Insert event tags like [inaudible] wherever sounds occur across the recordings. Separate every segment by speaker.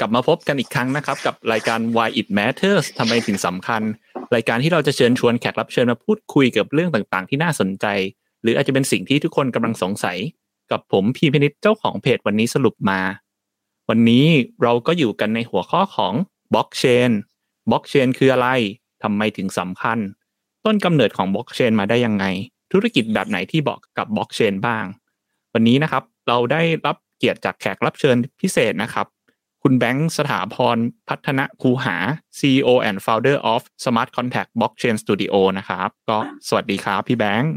Speaker 1: กลับมาพบกันอีกครั้งนะครับ กับรายการ Why It Matters ทำไมถึงสำคัญ รายการที่เราจะเชิญชวนแขกรับเชิญมาพูดคุยเกี่ยวกับเรื่องต่างๆ ที่น่าสนใจ หรืออาจจะเป็นสิ่งที่ทุกคนกำลังสงสัย กับผมพีพินิจเจ้าของเพจวันนี้สรุปมา วันนี้เราก็อยู่กันในหัวข้อของบล็อกเชนบล็อกเชนคืออะไรทำไมถึงสำคัญ ต้นกำเนิดของบล็อกเชนมาได้ยังไง ธุรกิจแบบไหนที่เหมาะกับบล็อกเชนบ้าง วันนี้นะครับเราได้รับเกียรติจากแขกรับเชิญพิเศษนะครับ คุณแบงค์สถาพรพัฒนคูหา CEO and Founder of Smart Contact Blockchain Studio นะครับ ก็สวัสดีครับพี่แบงค์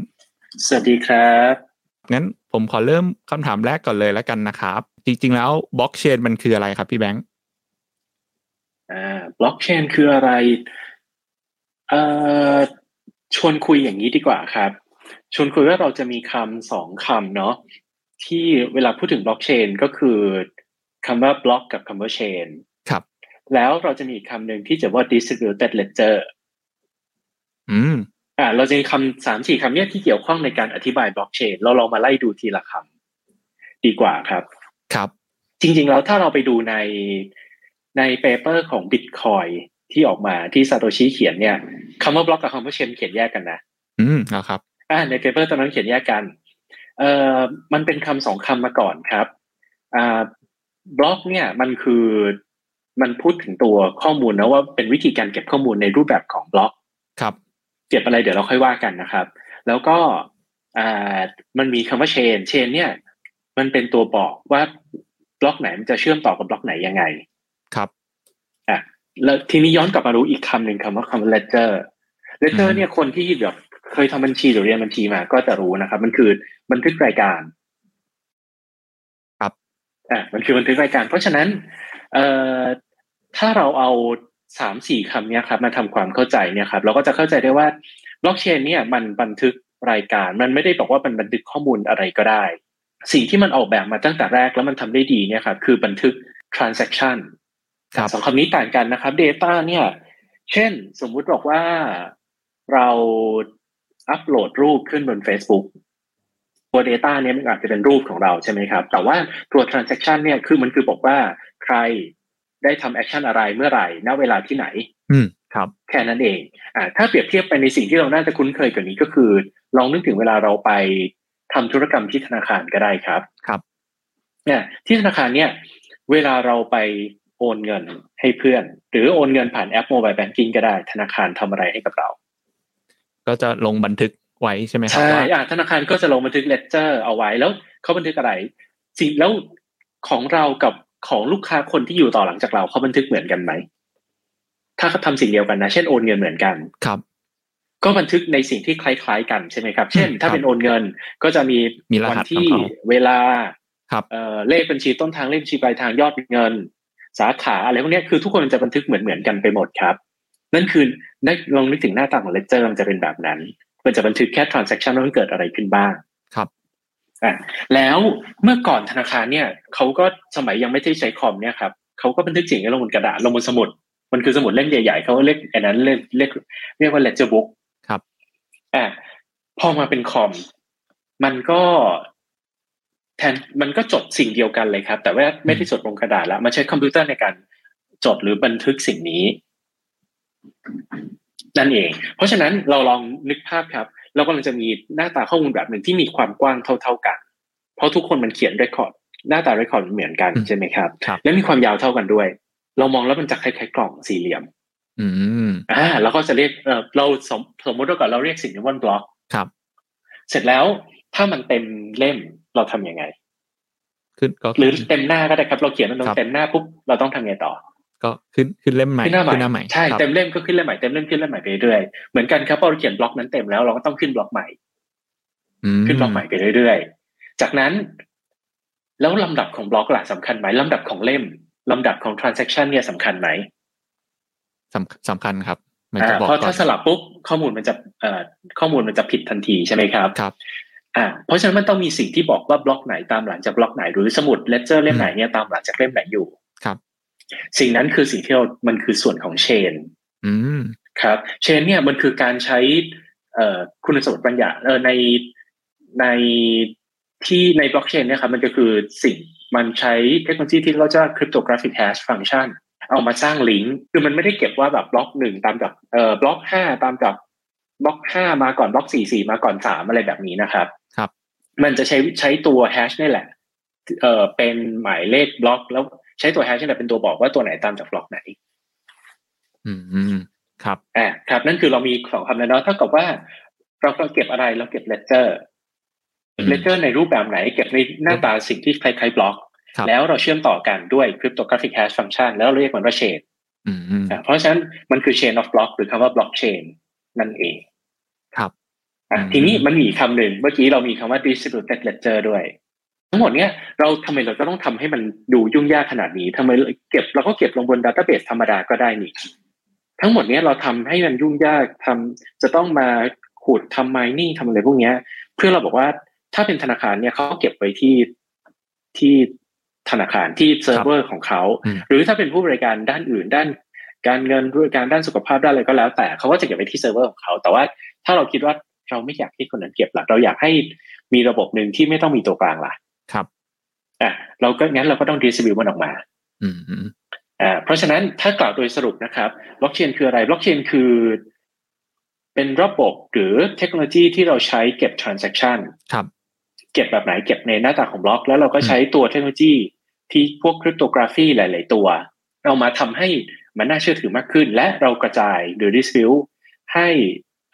Speaker 2: สวัสดีครับ
Speaker 1: งั้นผมขอเริ่มคำถามแรกก่อนเลยแล้วกันนะครับ จริงๆแล้วบล็อกเชนมันคืออะไรครับพี่แบงค์
Speaker 2: อ่าบล็อกเชนคืออะไร เอ่อ ชวนคุยอย่างนี้ดีกว่าครับ ชวนคุยว่าเราจะมีคำสองคำเนาะที่เวลาพูดถึงบล็อกเชนก็คือคำว่าบล็อกกับคำว่าเชน
Speaker 1: ครับ
Speaker 2: แล้วเราจะมีอีกคำหนึ่งที่จะว่า distributed ledger
Speaker 1: อืม
Speaker 2: อ่าเราจะมีคำสามสี่คำเนี้ยที่เกี่ยวข้องในการอธิบายบล็อกเชนเราลองมาไล่ดูทีละคำดีกว่าครับ
Speaker 1: ครับ
Speaker 2: จริงๆแล้วถ้าเราไปดูในในเปเปอร์ของ Bitcoin ที่ออกมาที่ซาโตชิเขียนเนี่ยคำว่าบล็อกกับคำว่าเชนเขียนแยกกันนะ
Speaker 1: อืมเอาครับ
Speaker 2: อ่าในเปเปอร์ตอนนั้นเขียนแยกกันเอ่อมันเป็นคำสองคำมาก่อนครับอ่าบล็อกเนี่ยมันคือมันพูดถึงตัวข้อมูลนะว่าเป็นวิธีการเก็บข้อมูลในรูปแบบของบล็อก
Speaker 1: ครับ
Speaker 2: เก็บอะไรเดี๋ยวเราค่อยว่ากันนะครับ แล้วก็อ่ามันมีคำว่าเชนเชนเนี่ย มันเป็นตัวบอกว่าบล็อกไหนมันจะเชื่อมต่อกับบล็อกไหนยังไง
Speaker 1: ครับ
Speaker 2: อ่ะแล้วทีนี้ย้อนกลับมารู้อีกคำหนึ่งคำว่าคำว่า ledger ledger
Speaker 1: อืม
Speaker 2: เนี่ยคนที่แบบเคยทำบัญชีหรือเรียนบัญชีมาก็จะรู้นะครับ มันคือบันทึกรายการ
Speaker 1: ครับ
Speaker 2: อ่ะมันคือบันทึกรายการ เพราะฉะนั้น เอ่อถ้าเราเอาสามสี่คำเนี้ยครับมาทำความเข้าใจเนี่ยครับ เราก็จะเข้าใจได้ว่าบล็อกเชนเนี่ยมันบันทึกรายการ มันไม่ได้บอกว่ามันบันทึกข้อมูลอะไรก็ได้ สิ่งที่มันออกแบบมาตั้งแต่แรกแล้วมันทำได้ดีเนี่ยครับคือบันทึก transaction
Speaker 1: ครับ
Speaker 2: สองคำนี้ต่างกันนะครับ Data เนี่ย เช่นสมมุติบอกว่าเราอัปโหลดรูปขึ้นบน Facebook ตัว Data เนี่ยมันอาจจะเป็นรูปของเราใช่ไหมครับ แต่ว่าตัว Transaction เนี่ยคือมันคือบอกว่าใครได้ทำแอคชั่นอะไรเมื่อไหร่ณเวลาที่ไหน
Speaker 1: อืมครับ
Speaker 2: แค่นั้นเองอ่าถ้าเปรียบเทียบไปในสิ่งที่เราน่าจะคุ้นเคยกว่านี้ก็คือ ลองนึกถึงเวลาเราไปทำธุรกรรมที่ธนาคารก็ได้ครับ
Speaker 1: ครับ
Speaker 2: เนี่ยที่ธนาคารเนี่ย เวลาเราไปโอนเงินให้เพื่อน หรือโอนเงินผ่านแอปโมบายแบงกิ้งก็ได้ ธนาคารทำอะไรให้กับเรา
Speaker 1: ก็จะลงบันทึกไว้ใช่ไหมครับ
Speaker 2: ใช่
Speaker 1: ว่า
Speaker 2: อ่ะธนาคารก็จะลงบันทึกเลเจอร์เอาไว้แล้วเขาบันทึกอะไร สิ่งแล้วของเรากับของลูกค้าคนที่อยู่ต่อหลังจากเราเขาบันทึกเหมือนกันไหม ถ้าเขาทำสิ่งเดียวกันนะ เช่นโอนเงินเหมือนกัน
Speaker 1: ครับ
Speaker 2: ก็บันทึกในสิ่งที่คล้ายๆ กันใช่ไหมครับ เช่น ถ้า
Speaker 1: ครับ
Speaker 2: เป็นโอนเงินก็จะมี
Speaker 1: มีรหัส
Speaker 2: วัที่
Speaker 1: ของเขา
Speaker 2: เวลา
Speaker 1: ครับ
Speaker 2: เอ่อเลขบัญชีต้นทางเลขบัญชีปลายทางยอดเงิน สาขาอะไรพวกเนี้ยคือทุกคนมันจะบันทึกเหมือนๆกันไปหมดครับ นั่นคือได้ลองนึกถึงหน้าตาของเลเจอร์มันจะเป็นแบบนั้น มันจะบันทึกแค่ transaction ว่ามันเกิดอะไรขึ้นบ้าง
Speaker 1: ครับ
Speaker 2: อ่ะแล้วเมื่อก่อนธนาคารเนี่ยเขาก็สมัยยังไม่ได้ใช้คอมเนี่ยครับเขาก็บันทึกสิ่งนี้ลงบนกระดาษลงบนสมุด มันคือสมุดเล่มใหญ่ๆเขาเรียกอันนั้นเรียกเรียกเรียกว่า ledger book
Speaker 1: ครับ
Speaker 2: อ่ะพอมาเป็นคอม มันก็แทนมันก็จดสิ่งเดียวกันเลยครับ แต่ว่าไม่ได้จดลงกระดาษแล้วมันใช้คอมพิวเตอร์ในการจดหรือบันทึกสิ่งนี้ นั่นเอง เพราะฉะนั้นเราลองนึกภาพครับ เรากำลังจะมีหน้าตาข้อมูลแบบหนึ่งที่มีความกว้างเท่า ๆกัน เพราะทุกคนมันเขียน r e ค o r d หน้าตา r e ค o r d เหมือนกัน
Speaker 1: อืม
Speaker 2: ใช่ไหมครับ
Speaker 1: ครับ
Speaker 2: และมีความยาวเท่ากันด้วย เรามองแล้วมันจะคล้ายๆกล่องสี่เหลี่ยม
Speaker 1: อืม
Speaker 2: อ่าเราก็จะเรียกเออเราสมสมมติว่าก่อนเราเรียกสิ่งนี้ว่าบล็อก
Speaker 1: ครับ
Speaker 2: เสร็จแล้วถ้ามันเต็มเล่มเราทำยังไง
Speaker 1: ขึ้นก็
Speaker 2: หรือเต็มหน้าก็ได้ครับ เราเขียนมันลง
Speaker 1: ครับ
Speaker 2: เต็มหน้าปุ๊บเราต้องทำไงต่อ
Speaker 1: ก็ขึ้นขึ้นเล่มใหม่
Speaker 2: ขึ้นหน้าใหม่ใช่
Speaker 1: ครับ
Speaker 2: เต็มเล่มก็ขึ้นเล่มใหม่เต็มเล่มขึ้นเล่มใหม่ไปเรื่อยๆเหมือนกันครับพอเราเขียนบล็อกนั้นเต็มแล้วเราก็ต้องขึ้นบล็อกใหม่
Speaker 1: อืม
Speaker 2: ขึ้นบล็อกใหม่ไปเรื่อยๆ จากนั้น แล้วลำดับของบล็อกล่ะสำคัญไหมลำดับของเล่มลำดับของ transaction เนี่ยสำคัญไหม
Speaker 1: สำสำคัญครับ มันจะ
Speaker 2: อ่า
Speaker 1: บอก
Speaker 2: เพราะ
Speaker 1: ก่อ
Speaker 2: ถ้าน สลับปุ๊บข้อมูลมันจะเอ่อข้อมูลมันจะผิดทันทีใช่ไหมครับ
Speaker 1: ครับ
Speaker 2: อ่าเพราะฉะนั้นมันต้องมีสิ่งที่บอกว่าบล็อกไหนตามหลังจากบล็อกไหนหรือสมุดเลเจอร์เล่มไหนเนี่ยตามหลังจากเล่มไหนอยู่
Speaker 1: ครับ
Speaker 2: สิ่งนั้นคือสิ่งที่เรามันคือส่วนของเชน
Speaker 1: อืม
Speaker 2: ครับเชนเนี่ยมันคือการใช้เอ่อคุณสมบัติบางอย่างเอ่อในใน ที่ในบล็อกเชนเนี่ยครับมันก็คือสิ่งมันใช้เทคโนโลยีที่เราจะ cryptographic hash function เอามาสร้างลิงก์คือมันไม่ได้เก็บว่าแบบบล็อกหนึ่งตามกับเอ่อบล็อกห้าตามกับบล็อกห้ามาก่อนบล็อกสี่สี่มาก่อนสามอะไรแบบนี้นะครับ
Speaker 1: ครับ
Speaker 2: มันจะใช้ใช้ตัวแฮชนี่แหละเอ่อเป็นหมายเลขบล็อก แล้วใช้ตัวแฮชนี่แหละเป็นตัวบอกว่าตัวไหนตามจากบล็อกไหน
Speaker 1: อืมอืมครับ
Speaker 2: อ่าครับนั่นคือเรามีสองคำนะเนาะเท่ากับว่าเราเราเก็บอะไรเราเก็บเลเจอร์
Speaker 1: อืม
Speaker 2: เลเจอร์ในรูปแบบไหน เก็บในหน้าตาสิ่งที่คล้ายๆบล็อก
Speaker 1: ครับ
Speaker 2: แล้วเราเชื่อมต่อกันด้วย cryptographic hash function แล้วเราเรียกมันว่าเชน
Speaker 1: อืมอืม
Speaker 2: อ่าเพราะฉะนั้นมันคือ chain of block หรือคำว่า blockchain นั่นเอง
Speaker 1: ครับ
Speaker 2: อ่า
Speaker 1: อืม
Speaker 2: ทีนี้มันมีอีกคำหนึ่งเมื่อกี้เรามีคำว่า distributed ledger ด้วย ทั้งหมดเนี้ยเราทำไมเราจะต้องทำให้มันดูยุ่งยากขนาดนี้ทำไมเราเก็บเราก็เก็บลงบนดัตเตอร์เบสธรรมดาก็ได้นี่ ทั้งหมดเนี้ยเราทำให้มันยุ่งยากทำจะต้องมาขุดทำ mining ทำอะไรพวกเนี้ย เพื่อเราบอกว่าถ้าเป็นธนาคารเนี่ยเขาเก็บไว้ที่ที่ธนาคารที่เซิร์ฟเวอร์ของเขา
Speaker 1: อืม
Speaker 2: หรือถ้าเป็นผู้บริการด้านอื่นด้าน การเงินด้วยการด้านสุขภาพด้านอะไรก็แล้ว แต่เขาก็จะเก็บไว้ที่เซิร์ฟเวอร์ของเขา แต่ว่าถ้าเราคิดว่าเราไม่อยากให้คนนั้นเก็บละเราอยากให้มีระบบหนึ่งที่ไม่ต้องมีตัวกลางละ
Speaker 1: ครับ
Speaker 2: อ่ะเราก็งั้นเราก็ต้องดิสบิวมันออกมา
Speaker 1: อืมอืม
Speaker 2: อ่าเพราะฉะนั้นถ้ากล่าวโดยสรุปนะครับบล็อกเชนคืออะไรบล็อกเชนคือ เป็นระบบหรือเทคโนโลยีที่เราใช้เก็บ transaction
Speaker 1: ครับ
Speaker 2: เก็บแบบไหนเก็บในหน้าตาของบล็อก แล้วเราก็ใช้ตัวเทคโนโลยีที่พวกคริปโตกราฟีหลาย ๆ ตัว เอามาทำให้มันน่าเชื่อถือมากขึ้น และเรากระจายหรือ distribute ให้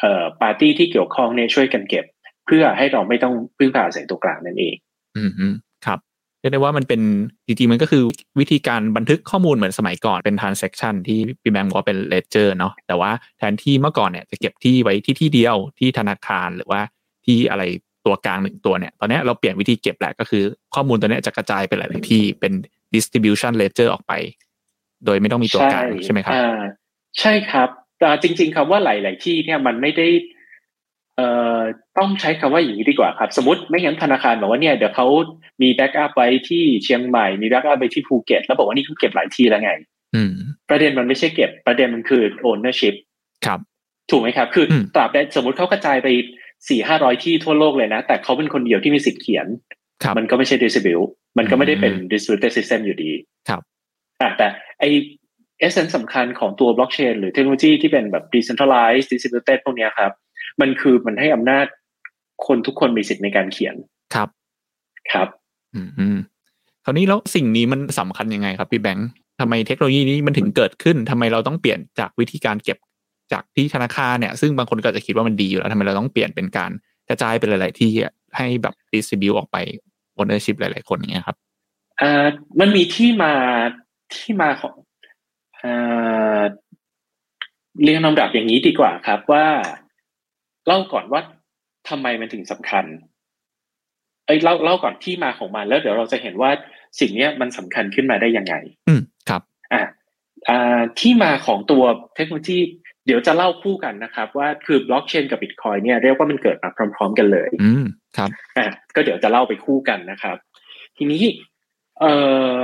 Speaker 2: เอ่อปาร์ตี้ที่เกี่ยวข้องเนี่ยช่วยกันเก็บ เพื่อให้เราไม่ต้องพึ่งพาอาศัยตัวกลางนั่นเอง
Speaker 1: อืมอืมครับเรียกได้ว่ามันเป็นจริงๆมันก็คือวิธีการบันทึกข้อมูลเหมือนสมัยก่อนเป็น transaction ที่พี่แบงค์บอกว่าเป็น ledger เนาะแต่ว่าแทนที่เมื่อก่อนเนี่ยจะเก็บที่ไว้ที่ที่เดียวที่ธนาคารหรือว่าที่อะไรตัวกลางหนึ่งตัวเนี่ย ตอนเนี้ยเราเปลี่ยนวิธีเก็บแหละก็คือข้อมูลตัวเนี้ยจะกระจายไปหลายๆที่เป็น distribution ledger ออกไป โดยไม่ต้องมีตัวกลางใช่ไหมครับ
Speaker 2: อ่าใช่ครับแต่จริง ๆคำว่าหลาย ๆ ที่เนี่ยมันไม่ได้เอ่อต้องใช้คำว่าอย่างนี้ดีกว่าครับ สมมติไม่งั้นธนาคารบอกว่าเนี่ยเดี๋ยวเขามีแบ็กอัพไว้ที่เชียงใหม่มีแบ็กอัพไว้ที่ภูเก็ตแล้วบอกว่านี่เขาเก็บหลายที่แล้วไง
Speaker 1: อืม
Speaker 2: ประเด็นมันไม่ใช่เก็บประเด็นมันคือ ownership
Speaker 1: ครับ
Speaker 2: ถูกไหมครับ คืออ
Speaker 1: ม
Speaker 2: ตราบใดสมมติเขากระจายไปสี่ห้าร้อยที่ทั่วโลกเลยนะ แต่เขาเป็นคนเดียวที่มีสิทธิ์เขียน
Speaker 1: ครับ
Speaker 2: มันก็ไม่ใช่ distribute มันก็ไม่ได้เป็น
Speaker 1: อืม
Speaker 2: distributed system อยู่ดี
Speaker 1: ครับ
Speaker 2: อ่ะแต่ไอเอเซนสำคัญของตัว blockchain หรือเทคโนโลยีที่เป็นแบบ decentralized distributed พวกเนี้ยครับ มันคือมันให้อำนาจคนทุกคนมีสิทธิ์ในการเขียน
Speaker 1: ครับ
Speaker 2: ครับ
Speaker 1: อืมอืมคราวนี้แล้วสิ่งนี้มันสำคัญยังไงครับพี่แบงค์ทำไมเทคโนโลยีนี้มันถึงเกิดขึ้นทำไมเราต้องเปลี่ยนจากวิธีการเก็บจากที่ธนาคารเนี่ย ซึ่งบางคนก็อาจจะคิดว่ามันดีอยู่แล้วทำไมเราต้องเปลี่ยนเป็นการกระจายไปหลาย ๆ ที่อะให้แบบดิสติบิวออกไป o w เ e อร์ชิพหลาย ๆ คนอย่างเงี้ยครับ
Speaker 2: เอ่อมันมีที่มาที่มาของเอ่อเรียงลำดับอย่างนี้ดีกว่าครับว่าเล่าก่อนว่าทำไมมันถึงสำคัญ เอ้ยเล่าเล่าก่อนที่มาของมัน แล้วเดี๋ยวเราจะเห็นว่าสิ่งเนี้ยมันสำคัญขึ้นมาได้ยังไง
Speaker 1: อืมครับ
Speaker 2: อ่ะอ่าที่มาของตัวเทคโนโลยี เดี๋ยวจะเล่าคู่กันนะครับ ว่าคือบล็อกเชนกับบิตคอยเนี่ยเรียกว่ามันเกิดมาพร้อม ๆ กันเลย
Speaker 1: อืมครับ
Speaker 2: อ่ะก็เดี๋ยวจะเล่าไปคู่กันนะครับ ทีนี้เอ่อ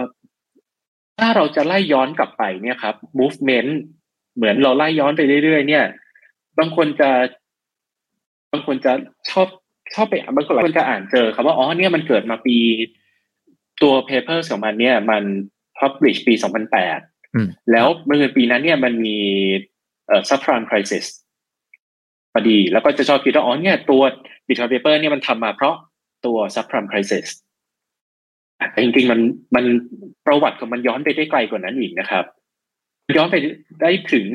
Speaker 2: ถ้าเราจะไล่ย้อนกลับไปเนี่ยครับ movement เหมือนเราไล่ย้อนไปเรื่อยๆเนี่ย บางคนจะ บางคนจะชอบชอบไปอ่านบางคนหลายคนจะอ่านเจอครับว่าอ๋อเนี่ยมันเกิดมาปีตัว papers ของมันเนี่ย มัน publish ปี
Speaker 1: อืม
Speaker 2: 2008 แล้วเมื่อปีนั้นเนี่ยมันมีเอ่อ subprime crisis พอดี แล้วก็จะชอบคิดว่าอ๋อเนี่ยตัว Bitcoin Paper เนี่ยมันทำมาเพราะตัว subprime crisis อ่ะแต่จริงๆมันมันประวัติของมันย้อนไปได้ไกลกว่านั้นอีกนะครับ ย้อนไปได้ถึง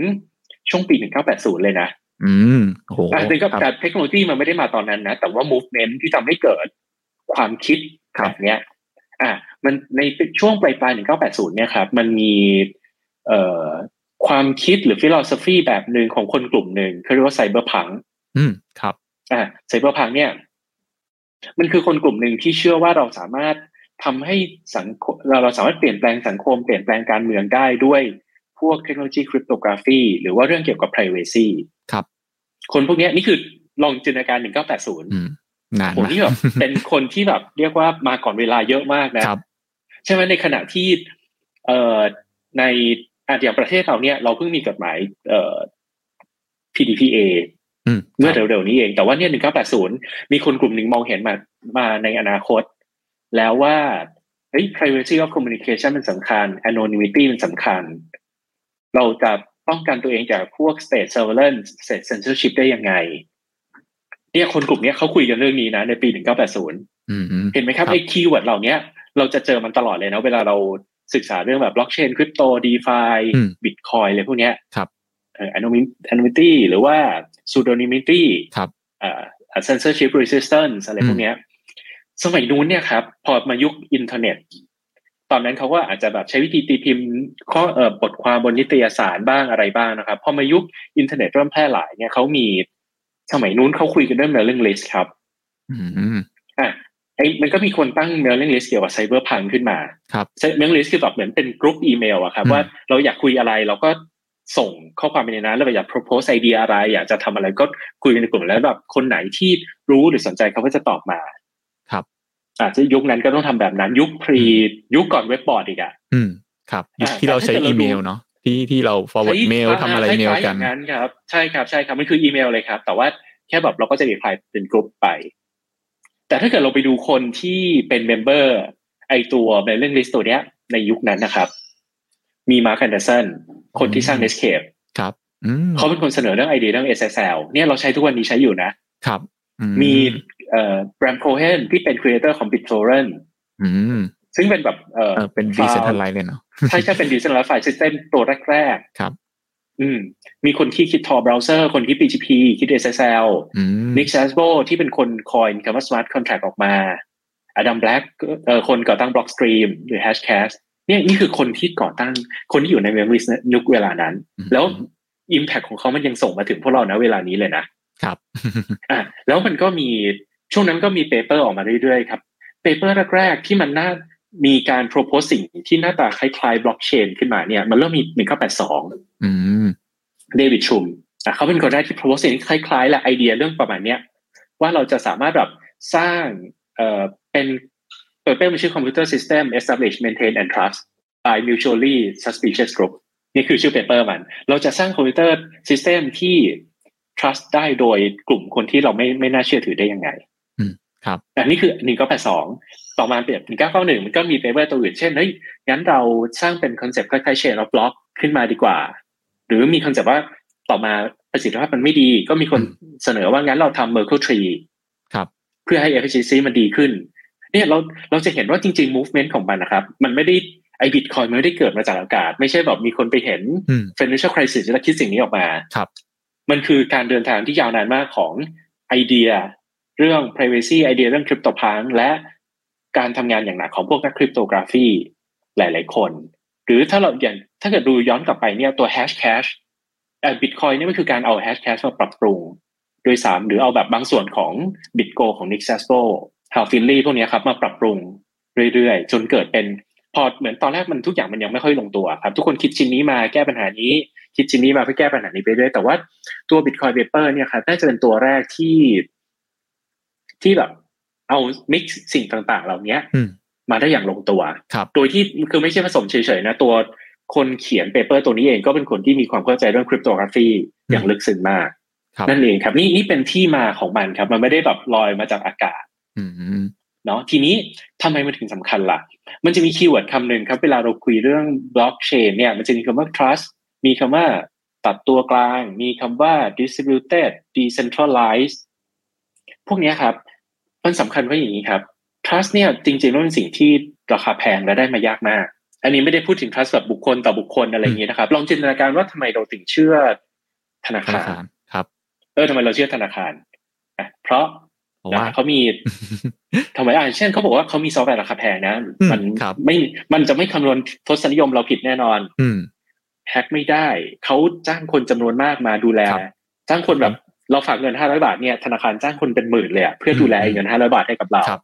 Speaker 2: ช่วงปี 1980 เลยนะ
Speaker 1: อืมโอ้โห
Speaker 2: อ่ะแต่ก็
Speaker 1: ครับ
Speaker 2: แต่เทคโนโลยีมันไม่ได้มาตอนนั้นนะ แต่ว่า movement ที่ทำให้เกิดความคิด
Speaker 1: ครับ
Speaker 2: แบบเนี้ย อ่ะมันในช่วงปลายปลาย1980 เนี่ยครับ มันมีเอ่อความคิดหรือ philosophy แบบหนึ่งของคนกลุ่มหนึ่งเขาเรียกว่าไซเบอร์พัง
Speaker 1: อืมครับ
Speaker 2: อ่าไซเบอร์พังเนี่ย มันคือคนกลุ่มหนึ่งที่เชื่อว่าเราสามารถทำให้สังคมเราเราสามารถเปลี่ยนแปลงสังคมเปลี่ยนแปลงการเมืองได้ด้วยพวกเทคโนโลยีคริปโตกราฟีหรือว่าเรื่องเกี่ยวกับ p r i เวซี
Speaker 1: ครับ
Speaker 2: คนพวกเนี้ยนี่คือลองจินตนาการ 1980
Speaker 1: อืมนาน
Speaker 2: ผม
Speaker 1: มาก
Speaker 2: ที่แบบเป็นคนที่แบบเรียกว่ามาก่อนเวลาเยอะมากนะ
Speaker 1: ครับ
Speaker 2: ใช่ไหมในขณะที่เอ่อในอาอย่างประเทศเราเนี่ย เราเพิ่งมีกฎหมายเอ่อ PDPA
Speaker 1: อืม
Speaker 2: เมื่อ
Speaker 1: ครับ
Speaker 2: เร็วๆนี้เองแต่ว่าเนี่ย 1980 มีคนกลุ่มหนึ่งมองเห็นมา มาในอนาคต แล้วว่าเฮ้ย privacy of communication มันสำคัญ anonymity มันสำคัญ เราจะป้องกันตัวเองจากพวก state surveillance state censorship ได้ยังไง เนี่ยคนกลุ่มเนี้ยเขาคุยกันเรื่องนี้นะ ในปี 1980
Speaker 1: อืม
Speaker 2: เห็นไหมครั
Speaker 1: ค
Speaker 2: บ
Speaker 1: รับ
Speaker 2: ไอ้คีย์เวิร์ดเหล่าเนี้ย เราจะเจอมันตลอดเลยนะ เวลาเราศึกษาเรื่องแบบบล็อกเชนคริปโตดีฟา
Speaker 1: อืม
Speaker 2: บิตคอยอะไรพวกเนี้ย
Speaker 1: ครับ
Speaker 2: เอ่อ anonymity anonymity หรือว่า pseudonymity
Speaker 1: ครับ
Speaker 2: เอ่อ censorship resistance อะไรพวกเนี้ย สมัยนู้นเนี่ยครับ พอมายุคอินเทอร์เน็ต ตอนนั้นเขาก็อาจจะแบบใช้วิธีตีพิมพ์ข้อเอ่อบทความบนนิตยสารบ้างอะไรบ้างนะครับ พอมายุคอินเทอร์เน็ตเริ่มแพร่หลายเนี่ยเขามีสมัยนู้นเขาคุยกันเรื่อง mailing list ครับ
Speaker 1: อืม
Speaker 2: อ่ะไอ้มันก็มีคนตั้ง mailing list เกี่ยวกับไซเบอร์พังขึ้นมา
Speaker 1: ครับ
Speaker 2: เมลลิสคือแบบเหมือนเป็นกรุ๊ปอีเมลอะครับ
Speaker 1: อืม
Speaker 2: ว่าเราอยากคุยอะไรเราก็ส่งข้อความไปในนั้นแล้วเราอยาก propose ไอเดียอะไร อยากจะทำอะไรก็คุยกันในกลุ่มแล้วแบบคนไหนที่รู้หรือสนใจเขาก็จะตอบมา
Speaker 1: ครับ
Speaker 2: อาจจะยุคนั้นก็ต้องทำแบบนั้นยุคพรียุคก่อนเว็บบอร์ดอีกอะ
Speaker 1: อืม ครับ
Speaker 2: อ่า
Speaker 1: ที่เราใช้
Speaker 2: แต่ถ้าเกิด
Speaker 1: อีเมล
Speaker 2: เราดู
Speaker 1: เนาะที่ที่เรา forward
Speaker 2: ใช้
Speaker 1: mail ทำอะไร
Speaker 2: คล้ายๆ
Speaker 1: เมลกัน
Speaker 2: อย่างนั้นครับ ใช่ครับใช่ครับมันคืออีเมลเลยครับ แต่ว่าแค่แบบเราก็จะรีพลายเป็นกลุ่มไป แต่ถ้าเกิดเราไปดูคนที่เป็นเมมเบอร์ไอตัวเมลเลนลิสตัวเนี้ย ในยุคนั้นนะครับ มีมาร์คแอนเดอร์สันคนที่สร้าง Netscape
Speaker 1: ครับ อืม
Speaker 2: เขาเป็นคนเสนอเรื่องไอเดียเรื่อง SSL เนี่ยเราใช้ทุกวันนี้ใช้อยู่นะ
Speaker 1: ครับอื
Speaker 2: มีเอ่อแบรมโคเฮนที่เป็นครีเอเตอร์ของ BitTorrent
Speaker 1: อืม
Speaker 2: ซึ่งเป็นแบบเอ่อ
Speaker 1: เออเป็น
Speaker 2: file
Speaker 1: decentralized เลยเนาะ
Speaker 2: ใช่ใช่เป็น decentralized system ตัวแรกๆ
Speaker 1: ครับ
Speaker 2: อืม มีคนที่คิด Tor browser คนที่ PGP คิด SSL
Speaker 1: อืม
Speaker 2: Nick s a s b o ที่เป็นคนคอยคำว่า smart contract ออกมา Adam Black เอ่อคนก่อตั้ง Blockstream หรือ Hashcash เนี่ยนี่คือคนที่ก่อตั้งคนที่อยู่ใน memory ยุคเวลานั้น
Speaker 1: อืม
Speaker 2: แล้ว impact ของเขามันยังส่งมาถึงพวกเรานะเวลานี้เลยนะ
Speaker 1: ครับ
Speaker 2: [laughs] อ่ะแล้วมันก็มีช่วงนั้นก็มีเปเปอร์ออกมาเรื่อยๆครับเปเปอร์แรกๆที่มันน่ามีการ propose สิ่งที่หน้าตาคล้ายๆบล็อกเชนขึ้นมาเนี่ยมันเริ่มมี 1982
Speaker 1: อืม
Speaker 2: เดวิดชุมอ่ะเขาเป็นคนแรกที่ propose สิ่งที่คล้ายๆและไอเดียเรื่องประมาณเนี้ยว่าเราจะสามารถแบบสร้างเอ่อเป็นเปเปอร์มันชื่อ computer system establish maintain and trust by mutually suspicious group นี่คือชื่อเปเปอร์มัน เราจะสร้างคอมพิวเตอร์ซิสเต็มที่ trust ได้โดยกลุ่มคนที่เราไม่ไม่น่าเชื่อถือได้ยังไง
Speaker 1: อืมครับ
Speaker 2: อันนี้คือหนึ่งก็แปดสองต่อมาเปลี่ยนหนึ่งเก้าเก้าหนึ่งมันก็มีเปเปอร์ตัวอื่น เช่นเฮ้ยงั้นเราสร้างเป็นคอนเซปต์คล้ายๆ chain of block ขึ้นมาดีกว่า หรือมีคอนเซปต์ว่าต่อมาประสิทธิภาพมันไม่ดี ก็มีคนเสนอว่างั้นเราทำ Merkle Tree
Speaker 1: ครับ
Speaker 2: เพื่อให้ efficiency มันดีขึ้น เนี่ยเราเราจะเห็นว่าจริง ๆ movement ของมันนะครับ มันไม่ได้ไอบิตคอยมันไม่ได้เกิดมาจากอากาศ ไม่ใช่แบบมีคนไปเห็น
Speaker 1: อืม
Speaker 2: financial crisis แล้วคิดสิ่งนี้ออกมา
Speaker 1: ครับ
Speaker 2: มันคือการเดินทางที่ยาวนานมากของไอเดีย เรื่อง privacy ไอเดียเรื่องคริปโตพังและการทำงานอย่างหนักของพวกนักคริปโตกราฟีหลาย ๆ คน หรือถ้าเราอย่างถ้าเกิดดูย้อนกลับไปเนี่ยตัว hash cash เอ่อ bitcoin เนี่ยมันคือการเอา hash cash มาปรับปรุง โดยสามหรือเอาแบบบางส่วนของ bitgo ของ nick s a s p o h a l finley พวกเนี้ยครับมาปรับปรุงเรื่อย ๆ จนเกิดเป็นพอเหมือนตอนแรกมันทุกอย่างมันยังไม่ค่อยลงตัวครับ ทุกคนคิดชิ้นนี้มาแก้ปัญหานี้ คิดชิ้นนี้มาเพื่อแก้ปัญหานี้ไปเรื่อยแต่ว่าตัว Bitcoin Paper เนี่ยครับน่าจะเป็นตัวแรกที่ ที่แบบ เอา mix สิ่งต่างๆ เหล่านี้
Speaker 1: อืม
Speaker 2: มาได้อย่างลงตัว
Speaker 1: ครับ
Speaker 2: โดยที่คือไม่ใช่ผสมเฉยๆนะ ตัวคนเขียนเปเปอร์ตัวนี้เองก็เป็นคนที่มีความเข้าใจเรื่องคริปโตกราฟีอย่างลึกซึ้งมาก
Speaker 1: ครับ
Speaker 2: นั่นเองครับ นี่นี่เป็นที่มาของมันครับ มันไม่ได้แบบลอยมาจากอากาศ
Speaker 1: อืม
Speaker 2: เนาะทีนี้ทำไมมันถึงสำคัญล่ะ มันจะมีคีย์เวิร์ดคำหนึ่งครับ เวลาเราคุยเรื่องบล็อกเชนเนี่ย มันจะมีคำว่า trust มีคำว่าตัดตัวกลาง มีคำว่า distributed decentralized พวกเนี้ยครับ มันสำคัญเพราะอย่างนี้ครับ trust เนี่ยจริงๆแล้วเป็นสิ่งที่ราคาแพงและได้มายากมาก อันนี้ไม่ได้พูดถึง trust แบบบุคคลต่อบุคคลอะไรอย่างนี้นะครับ ลองจินตนาการว่าทำไมเราถึงเชื่อธนา
Speaker 1: ธนา
Speaker 2: คาร
Speaker 1: คารครับ
Speaker 2: เออทำไมเราเชื่อธนาคารอ่ะเพราะ
Speaker 1: เพราะว่า
Speaker 2: เขามี ทำไมอ่ะเช่นเขาบอกว่าเขามีซอฟต์แวร์ราคาแพงนะ
Speaker 1: อืม
Speaker 2: มั
Speaker 1: ครับ
Speaker 2: ไม่ มันจะไม่คำนวณทศนิยมเราผิดแน่นอน
Speaker 1: อืม
Speaker 2: แฮกไม่ได้ เขาจ้างคนจำนวนมากมาดูแล
Speaker 1: ครับ
Speaker 2: จ้างคนแบบเราฝากเงินห้าร้อยบาทเนี่ยธนาคารจ้างคนเป็นหมื่นเลยอะเพื่อดูแล
Speaker 1: อืม
Speaker 2: เงินห้าร้อยบาทให้กับเรา
Speaker 1: ครับ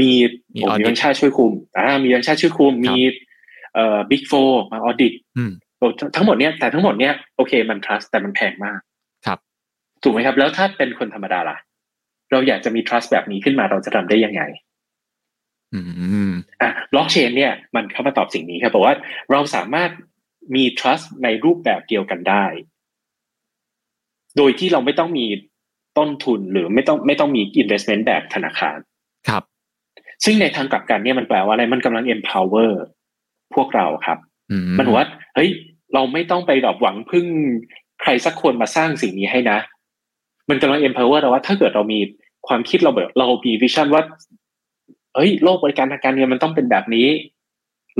Speaker 2: มี
Speaker 1: มี
Speaker 2: โอ้
Speaker 1: audit
Speaker 2: มีแบงค์ชาติช่วยคุมอ่ามีแบงค์ชาติช่วยคุม
Speaker 1: ครับ
Speaker 2: มีเอ่อบิ๊กโฟมาออดิต
Speaker 1: อืม
Speaker 2: โอ้ทั้งทั้งหมดเนี้ยแต่ทั้งหมดเนี้ยโอเคมัน trust แต่มันแพงมาก
Speaker 1: ครับ
Speaker 2: ถูกไหมครับ แล้วถ้าเป็นคนธรรมดาล่ะ เราอยากจะมี trust แบบนี้ขึ้นมาเราจะทำได้ยังไง
Speaker 1: อืม
Speaker 2: อ่ะบล็อกเชนเนี่ยมันเข้ามาตอบสิ่งนี้ครับบอกว่าเราสามารถมี trust ในรูปแบบเดียวกันได้ โดยที่เราไม่ต้องมีต้นทุนหรือไม่ต้องไม่ต้องมี investment แบบธนาคาร
Speaker 1: ครับ
Speaker 2: ซึ่งในทางกลับกันเนี่ยมันแปลว่าอะไรมันกำลัง empower พวกเราครับ
Speaker 1: อื
Speaker 2: มันบอกว่าเฮ้ยเราไม่ต้องไปแบบหวังพึ่งใครสักคนมาสร้างสิ่งนี้ให้นะ มันกำลัง empower เราว่าถ้าเกิดเรามีความคิดเราแบบเรามีวิชั่นว่าเฮ้ยโลกบริการทางการเงินมันต้องเป็นแบบนี้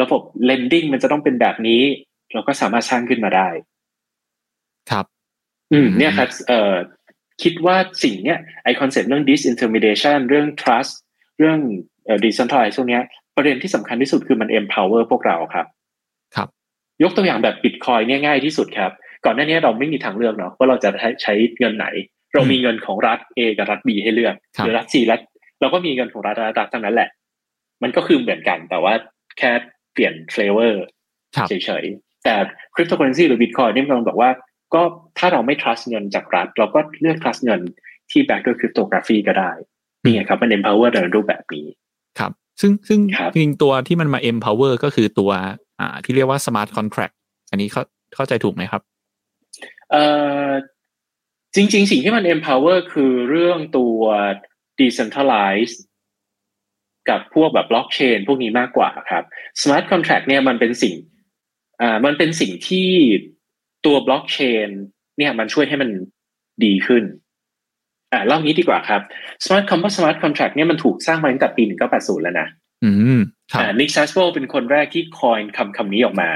Speaker 2: ระบบ lending มันจะต้องเป็นแบบนี้ เราก็สามารถสร้างขึ้นมาได้
Speaker 1: ครับ
Speaker 2: อืม
Speaker 1: อืม
Speaker 2: เนี่ยครับเอ่อคิดว่าสิ่งเนี้ยไอคอนเซ็ปต์เรื่อง disintermediation เรื่อง trust เรื่องเอ่อ decentralize พวกเนี้ยประเด็นที่สำคัญที่สุดคือมัน empower พวกเราครับ
Speaker 1: ครับ
Speaker 2: ยกตัวอย่างแบบ Bitcoin เนี่ยง่ายที่สุดครับ ก่อนหน้านี้เราไม่มีทางเลือกเนาะว่าเราจะใช้ใช้เงินไหน เรามีเงินของรัฐ A กับรัฐ B ให้เลือก
Speaker 1: ครับ
Speaker 2: หรือรัฐ C รัฐเราก็มีเงินของรัฐรัฐทั้งนั้นแหละ มันก็คือเหมือนกัน แต่ว่าแค่เปลี่ยนเฟลเวอร์
Speaker 1: ครับ
Speaker 2: เฉยๆ แต่คริปโตเคอเรนซีหรือบิตคอยนี่มันบอกว่า ก็ถ้าเราไม่ trust เงินจากรัฐ เราก็เลือก trust เงินที่ back ด้วยคริปโตกราฟีก็ได้ นี่ไงครับ มัน empower ในรูปแบบนี้
Speaker 1: ครับ ซึ่งซึ่ง
Speaker 2: ครับ
Speaker 1: จริงๆตัวที่มันมา empower ก็คือตัว อ่า ที่เรียกว่า smart contract อันนี้เข้าเข้าใจถูกไหมครับ
Speaker 2: เอ่อจริง ๆ สิ่งที่มัน empower คือเรื่องตัว decentralized กับพวกแบบ blockchain พวกนี้มากกว่าครับ smart contract เนี่ยมันเป็นสิ่งอ่ามันเป็นสิ่งที่ตัว blockchain เนี่ยมันช่วยให้มันดีขึ้นอ่าเล่างี้ดีกว่าครับ smart คำว่า smart contract เนี่ยมันถูกสร้างมาตั้งแต่ปี 1980 แล้วนะ
Speaker 1: อืม ครับ
Speaker 2: อ่า Nick s a s p o เป็นคนแรกที่คอยคำคำนี้ออกมา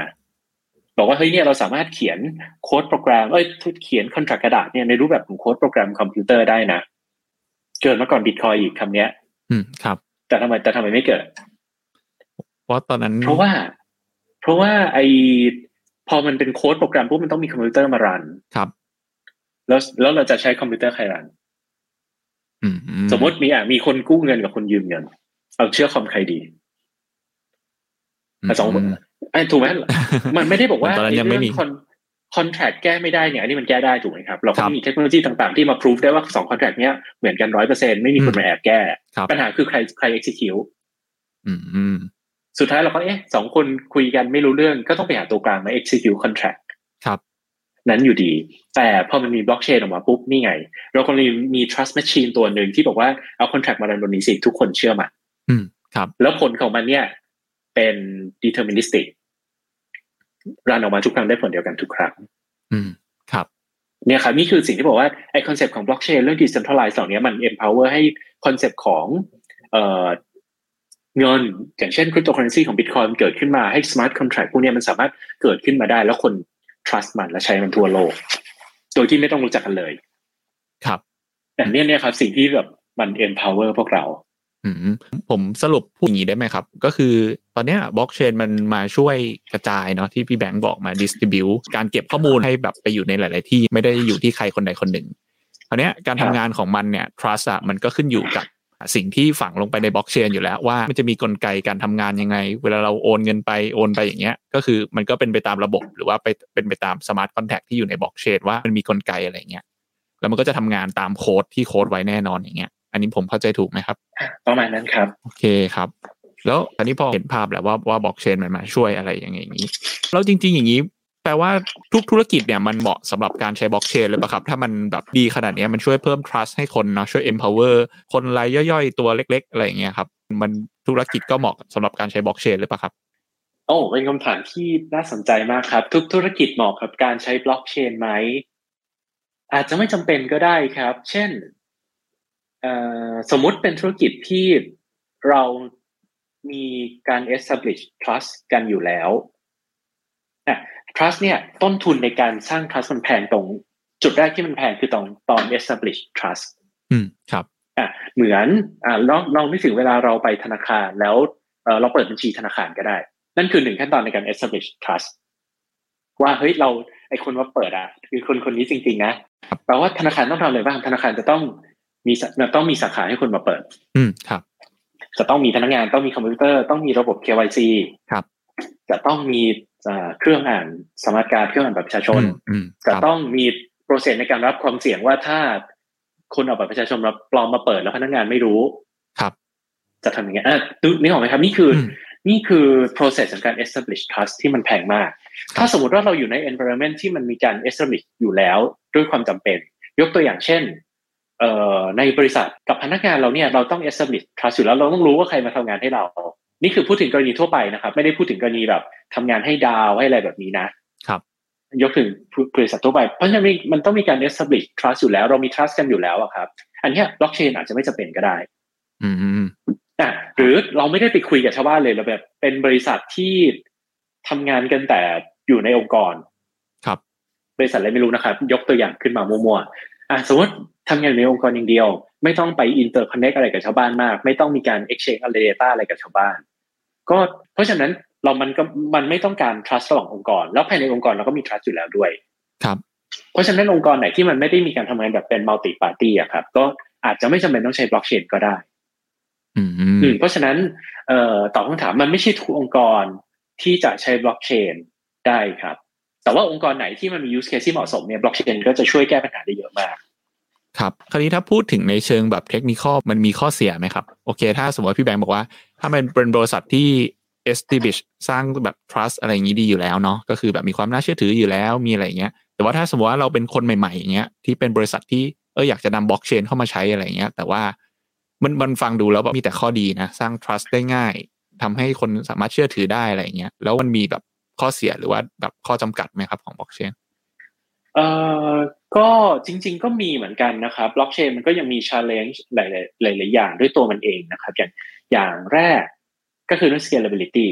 Speaker 2: บอกว่าเฮ้ยเนี่ยเราสามารถเขียนโค้ดโปรแกรมเอ้ยเขียนคอนแทรคกระดาษเนี่ยในรูปแบบของโค้ดโปรแกรมคอมพิวเตอร์ได้นะ เกิดมาก่อนบิตคอยอีกคำเนี้ย
Speaker 1: อืม ครับ
Speaker 2: แต่ทำไมแต่ทำไมไม่เกิด
Speaker 1: เพราะตอนนั้น
Speaker 2: เพราะว่า เพราะว่าไอพอมันเป็นโค้ดโปรแกรมปุ๊บมันต้องมีคอมพิวเตอร์มารัน
Speaker 1: ครับ
Speaker 2: แล้วแล้วเราจะใช้คอมพิวเตอร์ใครรัน
Speaker 1: อื
Speaker 2: สมมติมีอ่ะมีคนกู้เงินกับคนยืมเงิน เอาเชื่อคอมใครดี อ่ะสองคน
Speaker 1: ม
Speaker 2: ไอ้ยถูกไหม มันไม่ได้บอกว่า
Speaker 1: ตอนนั้นยังไม่มี
Speaker 2: คอนคอนแทรคแก้ไม่ได้เนี่ยอันนี้มันแก้ได้ถูกไหมครับ เรา
Speaker 1: ค
Speaker 2: ก็
Speaker 1: รับ
Speaker 2: มีเทคโนโลยีต่างๆ ที่มาพิสูจได้ว่าสองคอนแทรคเนี้ยเหมือนกันร้อยเปอร์เซ็นไม่มีคน
Speaker 1: อืม
Speaker 2: มาแอบแก้
Speaker 1: ครับ
Speaker 2: ปัญหาคือใครใคร execute
Speaker 1: อืมอืม
Speaker 2: สุดท้ายเราก็เอ๊ะสองคนคุยกันไม่รู้เรื่องก็ต้องไปหาตัวกลางมา execute contract
Speaker 1: ครับ
Speaker 2: นั้นอยู่ดี แต่พอมันมีบล็อกเชนออกมาปุ๊บนี่ไง เราก็เลยมี trust machine ตัวหนึ่งที่บอกว่าเอา contract มารันบนนี้สิทุกคนเชื่อมัน
Speaker 1: อืม ครับ
Speaker 2: แล้วผลของมันเนี่ยเป็น deterministic รันออกมาทุกครั้งได้ผลเดียวกันทุกครั้ง
Speaker 1: อืม ครับ
Speaker 2: เนี่ยครับนี่คือสิ่งที่บอกว่าไอคอนเซปต์ของบล็อกเชนเรื่อง decentralized เหล่านี้มัน empower ให้คอนเซปต์ของเอ่อเงิน อย่างเช่น cryptocurrency ของ Bitcoin เกิดขึ้นมาให้ smart contract พวกเนี้ยมันสามารถเกิดขึ้นมาได้ แล้วคน trust มันและใช้มันทั่วโลก โดยที่ไม่ต้องรู้จักกันเลย
Speaker 1: ครับ
Speaker 2: แต่เนี่ยเนี่ยครับสิ่งที่แบบมัน empower พวกเรา
Speaker 1: อืมผมสรุปพูดอย่างนี้ได้ไหมครับ ก็คือตอนเนี้ยบล็อกเชนมันมาช่วยกระจายเนาะที่พี่แบงค์บอกมาดิสติบิวการเก็บข้อมูลให้แบบไปอยู่ในหลาย ๆ ที่ไม่ได้อยู่ที่ใครคนใดคนหนึ่งคราวเนี้ยการ
Speaker 2: ครั
Speaker 1: ทำ
Speaker 2: บ
Speaker 1: งานของมันเนี่ย trust อะมันก็ขึ้นอยู่กับสิ่งที่ฝังลงไปในบล็อกเชนอยู่แล้วว่ามันจะมีกลไกการทำงานยังไง เวลาเราโอนเงินไปโอนไปอย่างเงี้ย ก็คือมันก็เป็นไปตามระบบหรือว่าไปเป็นไปตามสมาร์ทคอนแทคที่อยู่ในบล็อกเชนว่ามันมีกลไกอะไรเงี้ยแล้วมันก็จะทำงานตามโค้ดที่โค้ดไว้แน่นอนอย่างเงี้ย อันนี้ผมเข้าใจถูกไหมครับ
Speaker 2: ประมาณนั้นครับ
Speaker 1: โอเคครับ แล้วตอนนี้พอเห็นภาพแล้วว่าว่าบล็อกเชนมันมาช่วยอะไรอย่างอย่างนี้ แล้วจริง ๆ อย่างนี้ แปลว่าทุกธุรกิจเนี่ยมันเหมาะสำหรับการใช้บล็อกเชนเลยป่ะครับ ถ้ามันแบบดีขนาดเนี้ยมันช่วยเพิ่ม trust ให้คนเนาะช่วย empower คนรายย่อยๆ ตัวเล็ก ๆ อะไรอย่างเงี้ยครับ มันธุรกิจก็เหมาะสำหรับการใช้บล็อกเชนเลยป่ะครับ
Speaker 2: โอ้เป็นคำถามที่น่าสนใจมากครับ ทุกธุรกิจเหมาะกับการใช้บล็อกเชนไหม อาจจะไม่จำเป็นก็ได้ครับ เช่นเอ่อสมมุติเป็นธุรกิจที่เรามีการ establish trust กันอยู่แล้วนะ trust เนี่ยต้นทุนในการสร้าง trust มันแพงตรง จุดแรกที่มันแพงคือตอนตอน establish trust
Speaker 1: อืมครับ
Speaker 2: อ่ะเหมือนอ่าลองลองนึกถึงเวลาเราไปธนาคารแล้วเอ่อเราเปิดบัญชีธนาคารก็ได้ นั่นคือหนึ่งขั้นตอนในการ establish trust ว่าเฮ้ยเราไอคนมาเปิดอ่ะคือคนคนนี้จริง ๆ นะแปลว่าธนาคารต้องทำอะไรบ้างธนาคารจะต้องมีสาต้องมีสาขาให้คนมาเปิด
Speaker 1: อืมครับ
Speaker 2: จะต้องมีพนักงานต้องมีคอมพิวเตอร์ต้องมีระบบ KYC
Speaker 1: ครับ
Speaker 2: จะต้องมีอ่าเครื่องอ่านสมาร์ทการ์ดเครื่องอ่านบัตรประชาชน
Speaker 1: อืมอืมค
Speaker 2: จะ
Speaker 1: รับ
Speaker 2: ต้องมีโปรเซสในการรับความเสี่ยงว่าถ้าคนเอาบัตรประชาชนมาปลอมมาเปิดแล้วพนักงานไม่รู้
Speaker 1: ครับ
Speaker 2: จะทำยังไงอ่ะดูนึกออกไหมครับ นี่คืออ
Speaker 1: ม
Speaker 2: นี่คือ process ของการ establish trust ที่มันแพงมาก ถ้าสมมติว่าเราอยู่ใน environment ที่มันมีการ establish อยู่แล้วด้วยความจำเป็น ยกตัวอย่างเช่น เอ่อในบริษัทกับพนักงานเราเนี่ยเราต้อง establish trust อยู่แล้วเราต้องรู้ว่าใครมาทำงานให้เรา นี่คือพูดถึงกรณีทั่วไปนะครับ ไม่ได้พูดถึงกรณีแบบทำงานให้ดาวให้อะไรแบบนี้นะครับ ยกถึงบริษัททั่วไป เพราะฉะนั้นมันต้องมีการ establish trust อยู่แล้วเรามี trust กันอยู่แล้วอะครับ อันเนี้ย blockchain อาจจะไม่จำเป็นก็ได้
Speaker 1: อืมอืม
Speaker 2: อ่ะหรือเราไม่ได้ไปคุยกับชาวบ้านเลยเราแบบ เป็นบริษัทที่ทำงานกันแต่อยู่ในองค์กร
Speaker 1: ครับ
Speaker 2: บริษัทอะไรไม่รู้นะครับ ยกตัวอย่างขึ้นมามั่วๆอ่ะสมมติทำงานอยู่ในองค์กรอย่างเดียว ไม่ต้องไปอินเตอร์คอนเนคอะไรกับชาวบ้านมาก ไม่ต้องมีการ exchange อะไร data อะไรกับชาวบ้าน ก็เพราะฉะนั้นเรามันก็มันไม่ต้องการ trust ระหว่างองค์กร แล้วภายในองค์กรเราก็มี trust อยู่แล้วด้วย
Speaker 1: ครับ
Speaker 2: เพราะฉะนั้นองค์กรไหนที่มันไม่ได้มีการทำงานแบบเป็น multi party อะครับ ก็อาจจะไม่จำเป็นต้องใช้ blockchain ก็ได้
Speaker 1: อืมอืม
Speaker 2: อืมเพราะฉะนั้นเอ่อตอบคำถามมันไม่ใช่ทุกองค์กรที่จะใช้บล็อกเชนได้ครับ แต่ว่าองค์กรไหนที่มันมี use case ที่เหมาะสมเนี่ยบล็อกเชนก็จะช่วยแก้ปัญหาได้เยอะมาก
Speaker 1: ครับ คราวนี้ถ้าพูดถึงในเชิงแบบเทคนิคมันมีข้อเสียไหมครับ โอเค ถ้าสมมติว่าพี่แบงค์บอกว่า ถ้ามันเป็นบริษัทที่ establish สร้างแบบ trust อะไรอย่างนี้ดีอยู่แล้วเนาะก็คือแบบมีความน่าเชื่อถืออยู่แล้วมีอะไรอย่างเงี้ย แต่ว่าถ้าสมมติว่าเราเป็นคนใหม่ๆอย่างเงี้ยที่เป็นบริษัทที่เอออยากจะนำบล็อกเชนเข้ามาใช้อะไรอย่างเงี้ย แต่ว่ามันมันฟังดูแล้วแบบมีแต่ข้อดีนะ สร้าง trust ได้ง่ายทำให้คนสามารถเชื่อถือได้อะไรอย่างเงี้ยแล้วมันมีแบบข้อเสียหรือว่าแบบข้อจำกัดไหมครับของบล็อกเชน
Speaker 2: เอ่อก็จริง ๆ ก็มีเหมือนกันนะครับบล็อกเชนมันก็ยังมี challenge หลายๆหลายๆอย่างด้วยตัวมันเองนะครับ อย่างอย่างแรกก็คือเรื่อง scalability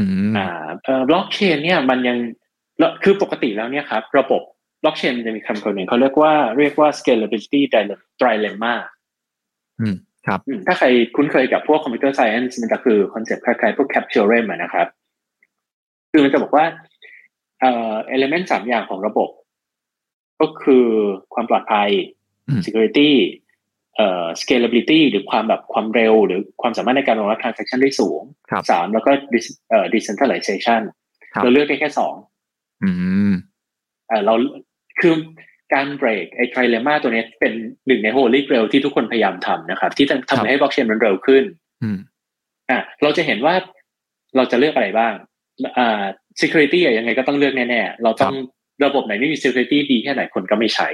Speaker 1: อืม
Speaker 2: อ่าบล็อกเชนเนี่ยมันยังแล้วคือปกติแล้วเนี่ยครับระบบบล็อกเชนจะมีคำคำหนึ่งเขาเรียกว่าเรียกว่า scalability dile- dilemma อืมถ้าใครคุ้นเคยกับพวกคอมพิวเตอร์ไซเอนซ์มันก็คือคอนเซ็ปต์คล้ายๆพวกแคปเจอร์เรมนะครับ คือมันจะบอกว่าเอ่อเอลเมนต์สามอย่างของระบบ ก็คือความปลอดภัย
Speaker 1: อืม
Speaker 2: security เอ่อ scalability หรือความแบบความเร็ว หรือความสามารถในการรองรับ transaction ได้สูง
Speaker 1: ครับ
Speaker 2: สามแล้วก็ dis- เอ่อ decentralization
Speaker 1: ครับ
Speaker 2: เราเลือกได้แค่สอง
Speaker 1: อืม
Speaker 2: เอ่อเราคือการเบรกไอ้ทริเลม่าตัวเนี้ยเป็นหนึ่งในโฮลี่เกรลที่ทุกคนพยายามทำนะครับ ที่จะ
Speaker 1: ครับ
Speaker 2: ทำให้บล็อกเชนมันเร็วขึ้น
Speaker 1: อืม
Speaker 2: อ่ะเราจะเห็นว่าเราจะเลือกอะไรบ้างอ่า security อะยังไงก็ต้องเลือกแน่ๆ เราต้องระบบไหนไม่มี security ดีแค่ไหนคนก็ไม่ใช้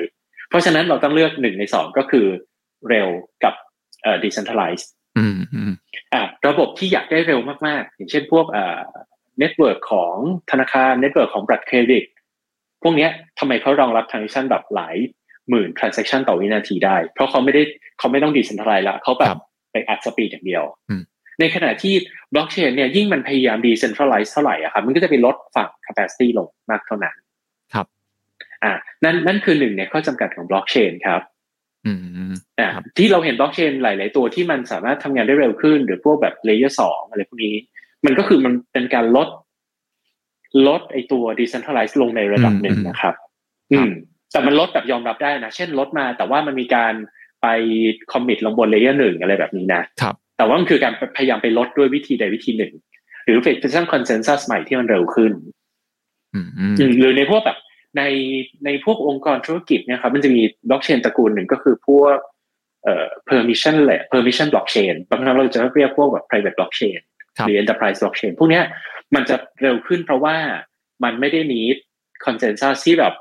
Speaker 2: เพราะฉะนั้นเราต้องเลือกหนึ่งในสองก็คือเร็วกับเอ่อ decentralized
Speaker 1: อืมอืม
Speaker 2: อ่ะระบบที่อยากได้เร็วมากๆ อย่างเช่นพวกอ่าเน็ตเวิร์กของธนาคารเน็ตเวิร์กของบัตรเครดิต พวกเนี้ยทำไมเขารองรับ transaction แบบหลายหมื่น transaction ต่อวินาทีได้ เพราะเขาไม่ได้เขาไม่ต้องดีเซนท r ไล z ์ละเขาแบ
Speaker 1: ครับ บ
Speaker 2: ไปอัดสปีดอย่างเดียว
Speaker 1: อืม
Speaker 2: ในขณะที่บล็อกเชนเนี่ยยิ่งมันพยายามดีเซนท r ไล z ์เท่าไหร่อะครับมันก็จะไปลดฝั่ง capacity ลงมากเท่านั้น
Speaker 1: ครับ
Speaker 2: อ่ะนั่นนั่นคือหนึ่งในข้อจำกัดของบล็อกเชนครับ
Speaker 1: อืม
Speaker 2: อ่ะ
Speaker 1: ครับ
Speaker 2: ที่เราเห็นบล็อกเชนหลาย ๆ ตัวที่มันสามารถทำงานได้เร็วขึ้น หรือพวกแบบเลเยอร์สองอะไรพวกนี้ มันก็คือมันเป็นการลด ลดไอตัว decentralized ลงในระดับหนึ่งนะครับ อืม แต่มันลดแบบยอมรับได้นะ เช่นลดมา แต่ว่ามันมีการไปคอมมิตลงบนเลเยอร์หนึ่งอะไรแบบนี้นะ
Speaker 1: ครับ
Speaker 2: แต่ว่ามันคือการพยายามไปลดด้วยวิธีใดวิธีหนึ่ง หรือเป็นสร้างคอนเซนแซสใหม่ที่มันเร็วขึ้น
Speaker 1: อืมอืม
Speaker 2: อืมหรือในพวกแบบในในพวกองค์กรธุรกิจเนะครับมันจะมีบล็อกเชนตระกูลหนึ่งก็คือพวกเอ่อ permission แหละ permission blockchain บางครั้งเราจะเรียกพวกแบบ private blockchain หรือ enterprise blockchain พวกเนี้ยมันจะเร็วขึ้นเพราะว่ามันไม่ได้ need consensus ที่แบบ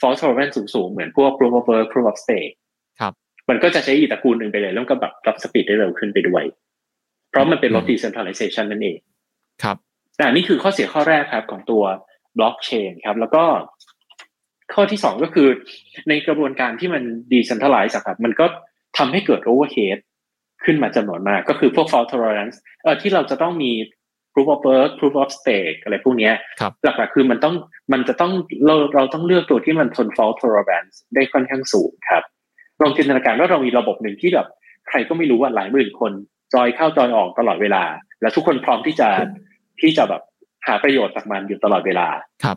Speaker 2: fault tolerance สูงๆ เหมือนพวก proof of work proof of stake
Speaker 1: ครับ
Speaker 2: มันก็จะใช้อีกตระกูลหนึ่งไปเลยแล้วก็แบบรับสปีดได้เร็วขึ้นไปด้วย เพราะมันเป็นลด
Speaker 1: อืม
Speaker 2: decentralization นั่นเอง
Speaker 1: ครับ
Speaker 2: อ่านี่คือข้อเสียข้อแรกครับของตัวบล็อกเชนครับ แล้วก็ข้อที่สองก็คือในกระบวนการที่มันดีเซนท r ลไลซ์ครับ มันก็ทำให้เกิดโอเวอร์เฮดขึ้นมาจำนวนมาก ก็คือพวก fault tolerance เอ่อที่เราจะต้องมี proof of work proof of stake อะไรพวกเนี้ย
Speaker 1: ครับ
Speaker 2: หลักๆคือมันต้องมันจะต้องเราเราต้องเลือกตัวที่มันทน fault tolerance ได้ค่อนข้างสูงครับ ลองจินตนาการว่าเรามีระบบหนึ่งที่แบบใครก็ไม่รู้ว่าหลายหมื่นคนจอยเข้าจอยออกตลอดเวลา และทุกคนพร้อมที่จะที่จะแบบหาประโยชน์จากมันอยู่ตลอดเวลา
Speaker 1: ครับ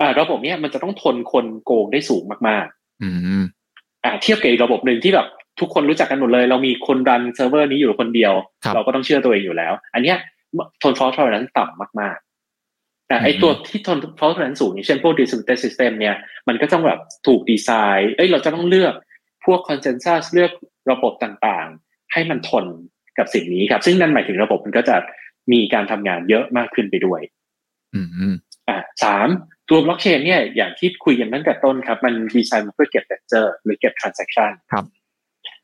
Speaker 2: อ่าระบบเนี้ยมันจะต้องทนคนโกงได้สูงมาก
Speaker 1: อืม
Speaker 2: ๆอ่าเทียบกับอีกระบบหนึ่งที่แบบทุกคนรู้จักกันหมดเลย เรามีคนรันเซิร์ฟเวอร์นี้อยู่คนเดียว
Speaker 1: ครับ
Speaker 2: เราก็ต้องเชื่อตัวเองอยู่แล้ว อันเนี้ยทนฟอสเท่านั้นต่ำมากๆแต่ไอ
Speaker 1: อืม
Speaker 2: ตัวที่ทนฟอสเท่านั้นสูงอย่างเช่นพวก distributed system เนี่ยมันก็ต้องแบบถูกดีไซน์เอ้ยเราจะต้องเลือกพวก consensus เลือกระบบต่างๆ ให้มันทนกับสิ่งนี้ครับ ซึ่งนั่นหมายถึงระบบมันก็จะมีการทำงานเยอะมากขึ้นไปด้วย
Speaker 1: อืม
Speaker 2: อ่ะสาม ตัวบล็อกเชนเนี่ยอย่างที่คุยกันตั้งแต่ต้นครับ มันดีไซน์มาเพื่อเก็บ ledger หรือเก็บ transaction
Speaker 1: ครับ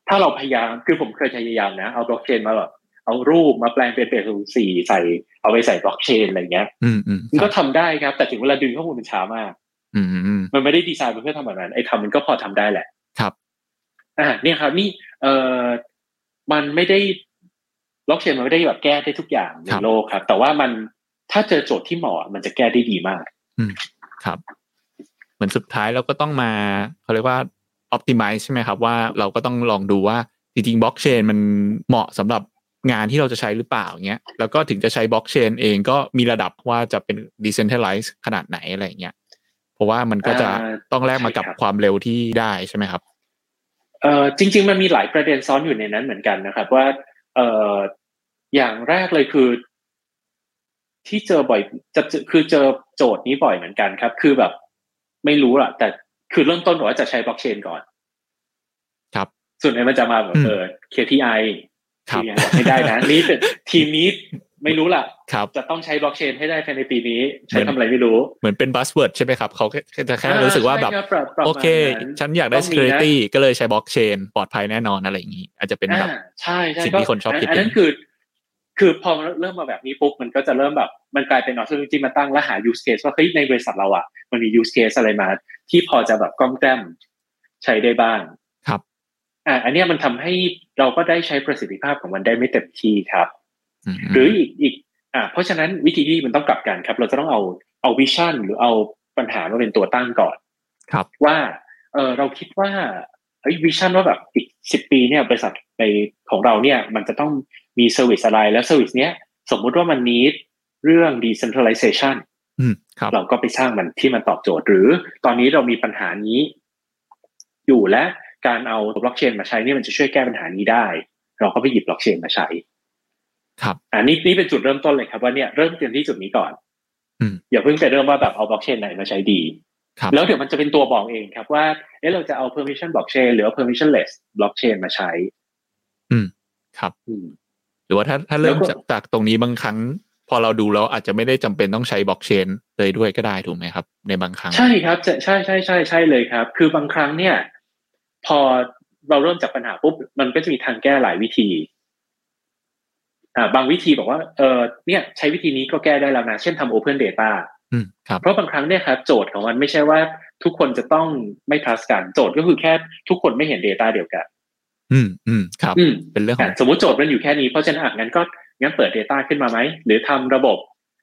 Speaker 2: ถ้าเราพยายามคือผมเคยพยายามนะ เอาบล็อกเชนมาแบบเอารูปมาแปลงเป็นเป็นสีใส่เอาไปใส่บล็อกเชนอะไรเงี้ย
Speaker 1: อืมอืม
Speaker 2: มัน
Speaker 1: ครั
Speaker 2: ก็
Speaker 1: บ
Speaker 2: ทำได้ครับ แต่ถึงเวลาดึงข้อมูลมันช้ามาก
Speaker 1: อืมอืมอืม
Speaker 2: มันไม่ได้ดีไซน์มาเพื่อทำแบบนั้นไอ้ทำมันก็พอทำได้แหละ
Speaker 1: ครับ
Speaker 2: อ่าเนี่ยครับ นี่เออมันไม่ได้บล็อกเชนมันไม่ได้แบบแก้ได้ทุกอย่างใน
Speaker 1: ครับ
Speaker 2: โลกครับ แต่ว่ามันถ้าเจอโจทย์ที่เหมาะมันจะแก้ได้ดีมาก
Speaker 1: เหมือนสุดท้ายเราก็ต้องมาเขาเรียกว่า optimize ใช่ไหมครับ ว่าเราก็ต้องลองดูว่าจริงๆบล็อกเชนมันเหมาะสำหรับงานที่เราจะใช้หรือเปล่าเงี้ยแล้วก็ถึงจะใช้บล็อกเชนเองก็มีระดับว่าจะเป็น decentralize ขนาดไหนอะไรอย่างเงี้ยเพราะว่ามันก็จะ
Speaker 2: อ่า
Speaker 1: ต้องแลกมากับ
Speaker 2: ใช่ครับ
Speaker 1: ความเร็วที่ได้ใช่ไหมครับ
Speaker 2: เอ่อจริง ๆ มันมีหลายประเด็นซ้อนอยู่ในนั้นเหมือนกันนะครับ ว่าเอ่ออย่างแรกเลยคือ ที่เจอบ่อยจะจะคือเจอโจทย์นี้บ่อยเหมือนกันครับ คือแบบ ไม่รู้อะแต่คือเริ่มต้นบอกว่าจะใช้บล็อกเชนก่อน
Speaker 1: ครับ
Speaker 2: ส่วนไหนมันจะมาแบบ
Speaker 1: อืม
Speaker 2: เออ KPI
Speaker 1: ครับ
Speaker 2: ทีมยังบอกไม่ได้นะ [laughs] นี่แต่ทีมนี้ไม่รู้ล่ะ
Speaker 1: ครับ
Speaker 2: จะต้องใช้บล็อกเชนให้ได้ภายในปีนี้ ใช้
Speaker 1: เหมือน
Speaker 2: ทำอะไรไม่รู้
Speaker 1: เหมือนเป็น buzzword ใช่ไหมครับเขาแค่จะแค่รู้สึกว่าแบบ
Speaker 2: ใช่ครัประประมาณ
Speaker 1: โอเค
Speaker 2: นั้น
Speaker 1: ฉันอยากได้
Speaker 2: ต้องมีนะ
Speaker 1: security ก็เลยใช้บล็อกเชนปลอดภัยแน่นอนอะไรอย่างนี้ อาจจะเป็นแบบ
Speaker 2: อ่าใช่ใช่
Speaker 1: สิ่งที่คนชอบคิด
Speaker 2: อันนั้น
Speaker 1: กัน
Speaker 2: คือ คือพอมันเริ่มมาแบบนี้ปุ๊บมันก็จะเริ่มแบบ มันกลายเป็นออ t ท r ที่มาตั้งและหา use case ว่าเฮ้ยในบริษัทเราอ่ะมันมี use case อะไรมา ที่พอจะแบบกล้อมแกล้มใช้ได้บ้าง
Speaker 1: ครับ
Speaker 2: อ่าอันเนี้ยมันทำให้เราก็ได้ใช้ประสิทธิภาพของมันได้ไม่เต็มที่ครับ
Speaker 1: ม
Speaker 2: หรืออีกอีกอ่าเพราะฉะนั้นวิธีที่มันต้องกลับกันครับ เราจะต้องเอาเอาวิชั่นหรือเอาปัญหามาเป็นตัวตั้งก่อน
Speaker 1: ครับ
Speaker 2: ว่าเออเราคิดว่าเอ้ยวิชั่นว่าแบบอีกสิบปีเนี่ยบริษัทในของเราเนี่ยมันจะต้องมีเซอร์วิสอะไรแล้วเซอร์วิสเนี้ยสมมุติว่ามันนี้เรื่อง decentralization
Speaker 1: อืมครับ
Speaker 2: เราก็ไปสร้างมันที่มันตอบโจทย์ หรือตอนนี้เรามีปัญหานี้ อยู่และการเอาบล็อกเชนมาใช้เนี่ยมันจะช่วยแก้ปัญหานี้ได้ เราก็ไปหยิบบล็อกเชนมาใช้
Speaker 1: ครับ
Speaker 2: อันนี้นี่เป็นจุดเริ่มต้นเลยครับว่าเนี่ยเริ่มเตรียมที่จุดนี้ก่อน
Speaker 1: อืม
Speaker 2: อย่าเพิ่งไปเริ่มว่าแบบเอาบล็อกเชนไหนมาใช้ดี
Speaker 1: ครับ
Speaker 2: แล้วเดี๋ยวมันจะเป็นตัวบอกเองครับว่าเอ๊ะเราจะเอา permission blockchain หรือเอา permissionless blockchain มาใช้
Speaker 1: ครับ
Speaker 2: อืม
Speaker 1: หรือว่าถ้าถ้าเริ่ม
Speaker 2: แล้วก็
Speaker 1: จากจากตรงนี้บางครั้ง พอเราดูแล้วอาจจะไม่ได้จำเป็นต้องใช้บล็อกเชนเลยด้วยก็ได้ถูกไหมครับ ในบางครั้ง
Speaker 2: ใช่ครับใช่ใช่ใช่ใช่ใช่เลยครับ คือบางครั้งเนี่ย พอเราเริ่มจากปัญหาปุ๊บมันก็จะมีทางแก้หลายวิธี อ่า บางวิธีบอกว่าเออเนี่ย ใช้วิธีนี้ก็แก้ได้แล้วนะ เช่นทำ Open Data
Speaker 1: อืมครับ
Speaker 2: เพราะบางครั้งเนี่ยครับโจทย์ของมันไม่ใช่ว่าทุกคนจะต้องไม่ทัสกันโจทย์ก็คือแค่ทุกคนไม่เห็น Data เดียวกัน
Speaker 1: อืมอืมครับ
Speaker 2: อืม
Speaker 1: เป็นเรื่องข
Speaker 2: อ่ะ
Speaker 1: อง
Speaker 2: สมมติโจทย์มันอยู่แค่นี้ เพราะฉะนั้นอ่ะงั้นก็งั้นเปิด Data ขึ้นมาไหม หรือทำระบบ